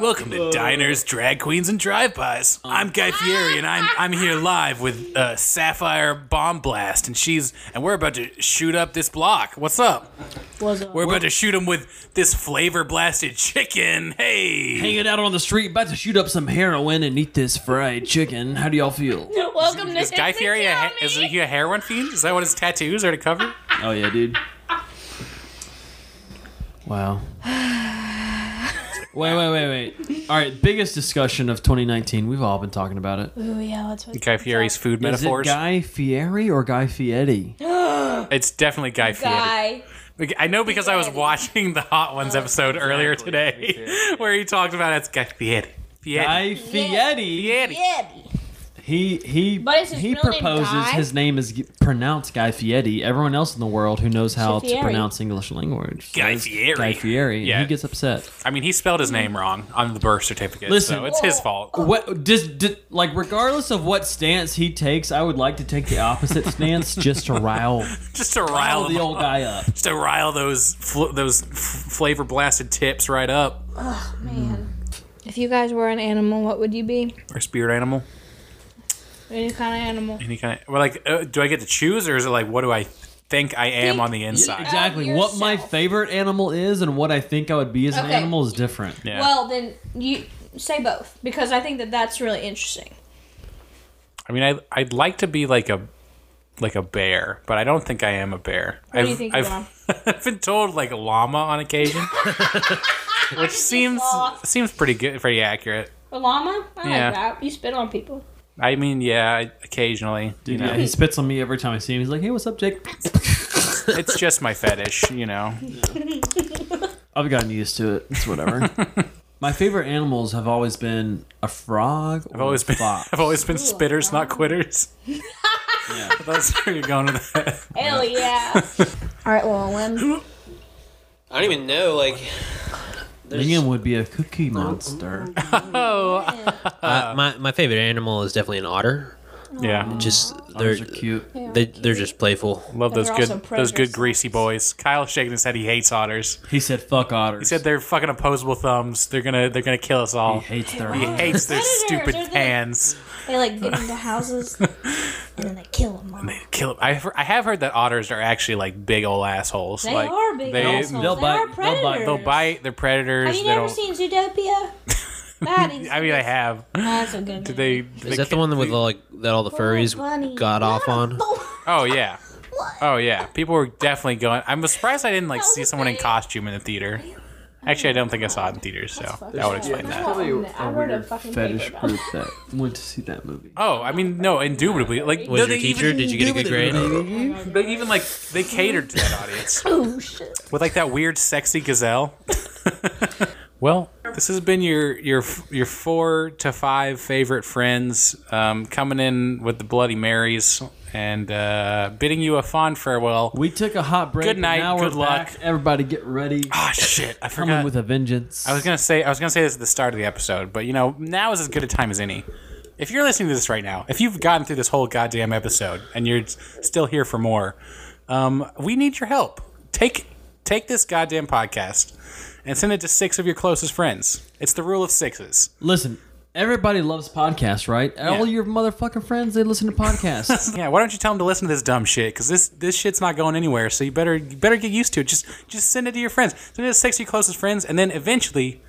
H: Welcome to Diners, Drag Queens, and Drive-Bys. I'm Guy Fieri, and I'm I'm here live with uh, Sapphire Bomb Blast, and she's and we're about to shoot up this block. What's up? We're about to shoot them with this flavor blasted chicken. Hey,
B: Hanging out on the street, about to shoot up some heroin and eat this fried chicken. How do y'all feel?
C: Welcome to
A: Is Guy Fieri a, ha- is he a heroin fiend? Is that what his tattoos are to cover?
B: Oh yeah, dude. Wow. Wait, wait, wait, wait. All right, biggest discussion of 2019. We've all been talking about it. Is
C: Oh yeah, that's what.
A: Guy Fieri's food
B: it
A: metaphors.
B: Guy Fieri or Guy Fieri?
A: it's definitely Guy Fieri.
C: Guy.
A: Like, I know because I was watching the Hot Ones
B: Oh,
A: episode earlier today, where he talked about it's Guy Fieri. Fieri.
B: Guy Fieri.
A: Fieri.
B: He he
C: But is his
B: he
C: real name
B: proposes
C: Guy?
B: his name is g- pronounced Guy Fieri. Everyone else in the world who knows how to
C: Fieri.
B: pronounce English language.
H: Guy
B: says
H: Fieri.
B: Guy Fieri. And
A: Yeah.
B: he gets upset.
A: I mean, he spelled his name wrong on the birth certificate,
B: Listen.
A: so it's his fault.
C: Oh.
B: What does, does like regardless of what stance he takes, I would like to take the opposite stance just to rile
A: Just to rile
B: rile the
A: them
B: old guy up.
A: just to rile those fl- those f- flavor blasted tips right up.
C: If you guys were an animal, what would you be?
A: Or spirit animal,
C: Any kind of animal.
A: any kind. Of, well, like, uh, do I get to choose, or is it like, what do I think I am on the inside?
B: Exactly. What my
C: yourself.
B: favorite animal is and what I think I would be as an
C: Okay.
B: animal is different.
A: Yeah.
C: Well, then you say both because I think that that's really interesting.
A: I mean, I I'd like to be like a like a bear, but I don't think I am a bear. What I've,
C: do you think you
A: I've, I've been told like a llama on occasion, which seems
C: sloth.
A: seems pretty good, pretty accurate.
C: A llama? I
A: Yeah.
C: like that. You spit on people.
A: I mean, yeah, I- occasionally, you
B: Dude,
A: know,
C: Hmm.
B: yeah, he spits on me every time I see him. He's like, "Hey, what's up, Jake?"
A: it's just my fetish, you know.
B: I've gotten used to it. It's whatever. My favorite animals have always been a frog.
A: I've always been
B: fox.
A: I've always been spitters, not quitters. That's where you're going with that.
C: Hell yeah.
E: All right, well, when
D: I don't even know. Like,
B: Liam would be a cookie monster.
C: Oh.
D: uh, my my favorite animal is definitely an otter.
A: Yeah,
D: Just they're
B: Those are cute.
D: they they're just playful.
A: love those
C: they're
A: good
C: also
A: those good
C: predators.
A: greasy boys. Kyle's shaking his head. He hates otters.
B: He said, "Fuck otters."
A: He said they're fucking opposable thumbs. They're gonna they're gonna kill us all.
B: he hates their.
C: Oh.
A: He hates their
C: Predators,
A: stupid
C: they're the-
A: hands.
C: They like get into houses and then they kill them all.
A: They kill. I have- I have heard that otters are actually like big old assholes.
C: They
A: like,
C: are big
A: they,
C: assholes.
B: they'll
C: they
B: bite-
C: are
B: they'll
C: predators.
B: bite-
A: They'll bite. They're predators.
C: Have you
A: they
C: never
A: don't.
C: seen Zootopia? That is.
A: I mean, I have.
C: That's a good.
A: Do
C: movie.
A: they?
D: Is that the one with like that all the furries
C: bunny.
D: got off on?
A: Oh yeah. Oh yeah. People were definitely going. I'm surprised I didn't like see someone in costume in the theater. Actually, I don't think I saw it in theaters, so that would explain that.
G: Probably a,
C: I wrote a
G: weird
C: fucking
B: fetish
C: paper about
B: group that went to see that movie.
A: Oh, I mean, no, indubitably. Like,
D: Was
A: no,
D: your
A: they
D: teacher?
A: Even,
D: Did you get a good grade?
A: they even like they catered to that audience. oh shit! With like that weird, sexy gazelle. well, this has been your your your four to five favorite friends um, coming in with the Bloody Marys and uh, bidding you a fond farewell.
B: We took a hot break.
A: Good
B: but
A: night,
B: Now
A: good
B: we're back.
A: luck.
B: Everybody, get ready.
A: Ah, shit! I
B: Coming
A: forgot.
B: with a vengeance.
A: I was gonna say I was gonna say this at the start of the episode, but you know now is as good a time as any. If you're listening to this right now, if you've gotten through this whole goddamn episode and you're s- still here for more, um, we need your help. Take take this goddamn podcast and send it to six of your closest friends. It's the rule of sixes.
B: Listen, everybody loves podcasts, right? All your motherfucking friends they listen to podcasts.
A: Yeah, why don't you tell them to listen to this dumb shit? Because this this shit's not going anywhere. So you better you better get used to it. Just just send it to your friends. Send it to six of your closest friends, and then eventually.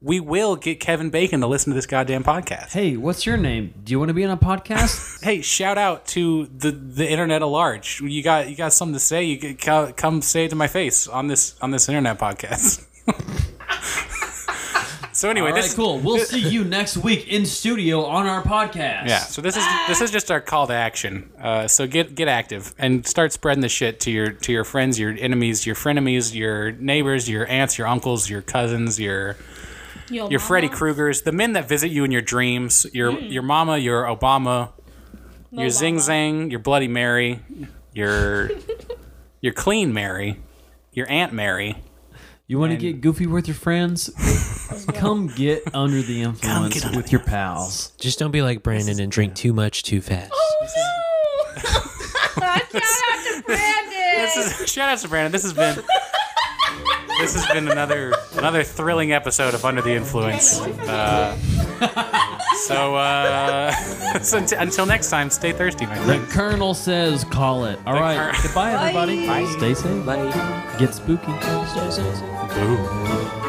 A: We will get Kevin Bacon to listen to this goddamn podcast.
B: hey, what's your name? Do you want to be on a podcast?
A: hey, shout out to the the internet at large. You got you got something to say? You could co- come say it to my face on this on this internet podcast. so anyway,
B: All
A: this
B: right,
A: is-
B: cool. We'll see you next week in studio on our podcast.
A: Yeah, so this is this is just our call to action. Uh, so get get active and start spreading the shit to your to your friends, your enemies, your frenemies, your neighbors, your aunts, your uncles, your cousins, your your, Freddy Kruegers, the men that visit you in your dreams, your your mama, your Obama, your Zing Zang, your Bloody Mary, your your Clean Mary, your Aunt Mary.
B: You want to get goofy with your friends? Come get under the influence
A: under
B: with your pals.
D: Just don't be like Brandon and drink too much too fast.
A: This is shout out to Brandon. This has been this has been another another thrilling episode of Under the Influence. Uh, so uh, so unt- until next time, stay thirsty, my
B: The
A: friend.
B: Colonel says call it. All right.
A: Colonel-
B: Goodbye, everybody. Stay safe. Get spooky.
A: Ooh.